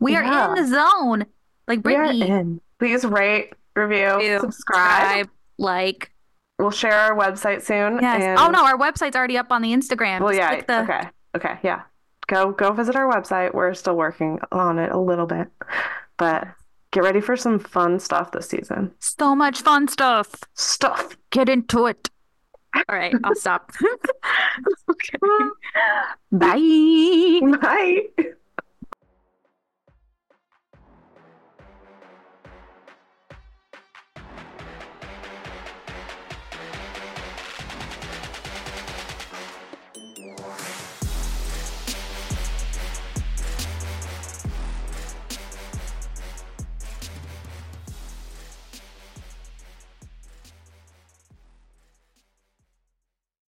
Speaker 2: We are
Speaker 1: Yeah.
Speaker 2: in the zone. Like
Speaker 1: We are
Speaker 2: Brittany,
Speaker 1: in. Please rate, review,
Speaker 2: Review,
Speaker 1: subscribe.
Speaker 2: like
Speaker 1: We'll share our website soon
Speaker 2: yes.
Speaker 1: and
Speaker 2: Oh no, our website's already up on the Instagram.
Speaker 1: well
Speaker 2: Just
Speaker 1: yeah,
Speaker 2: click the
Speaker 1: okay. Okay, yeah. go go visit our website. We're still working on it a little bit, but get ready for some fun stuff this season.
Speaker 2: So much fun stuff.
Speaker 1: Stuff.
Speaker 2: Get into it. All right, I'll stop. okay. Bye.
Speaker 1: Bye.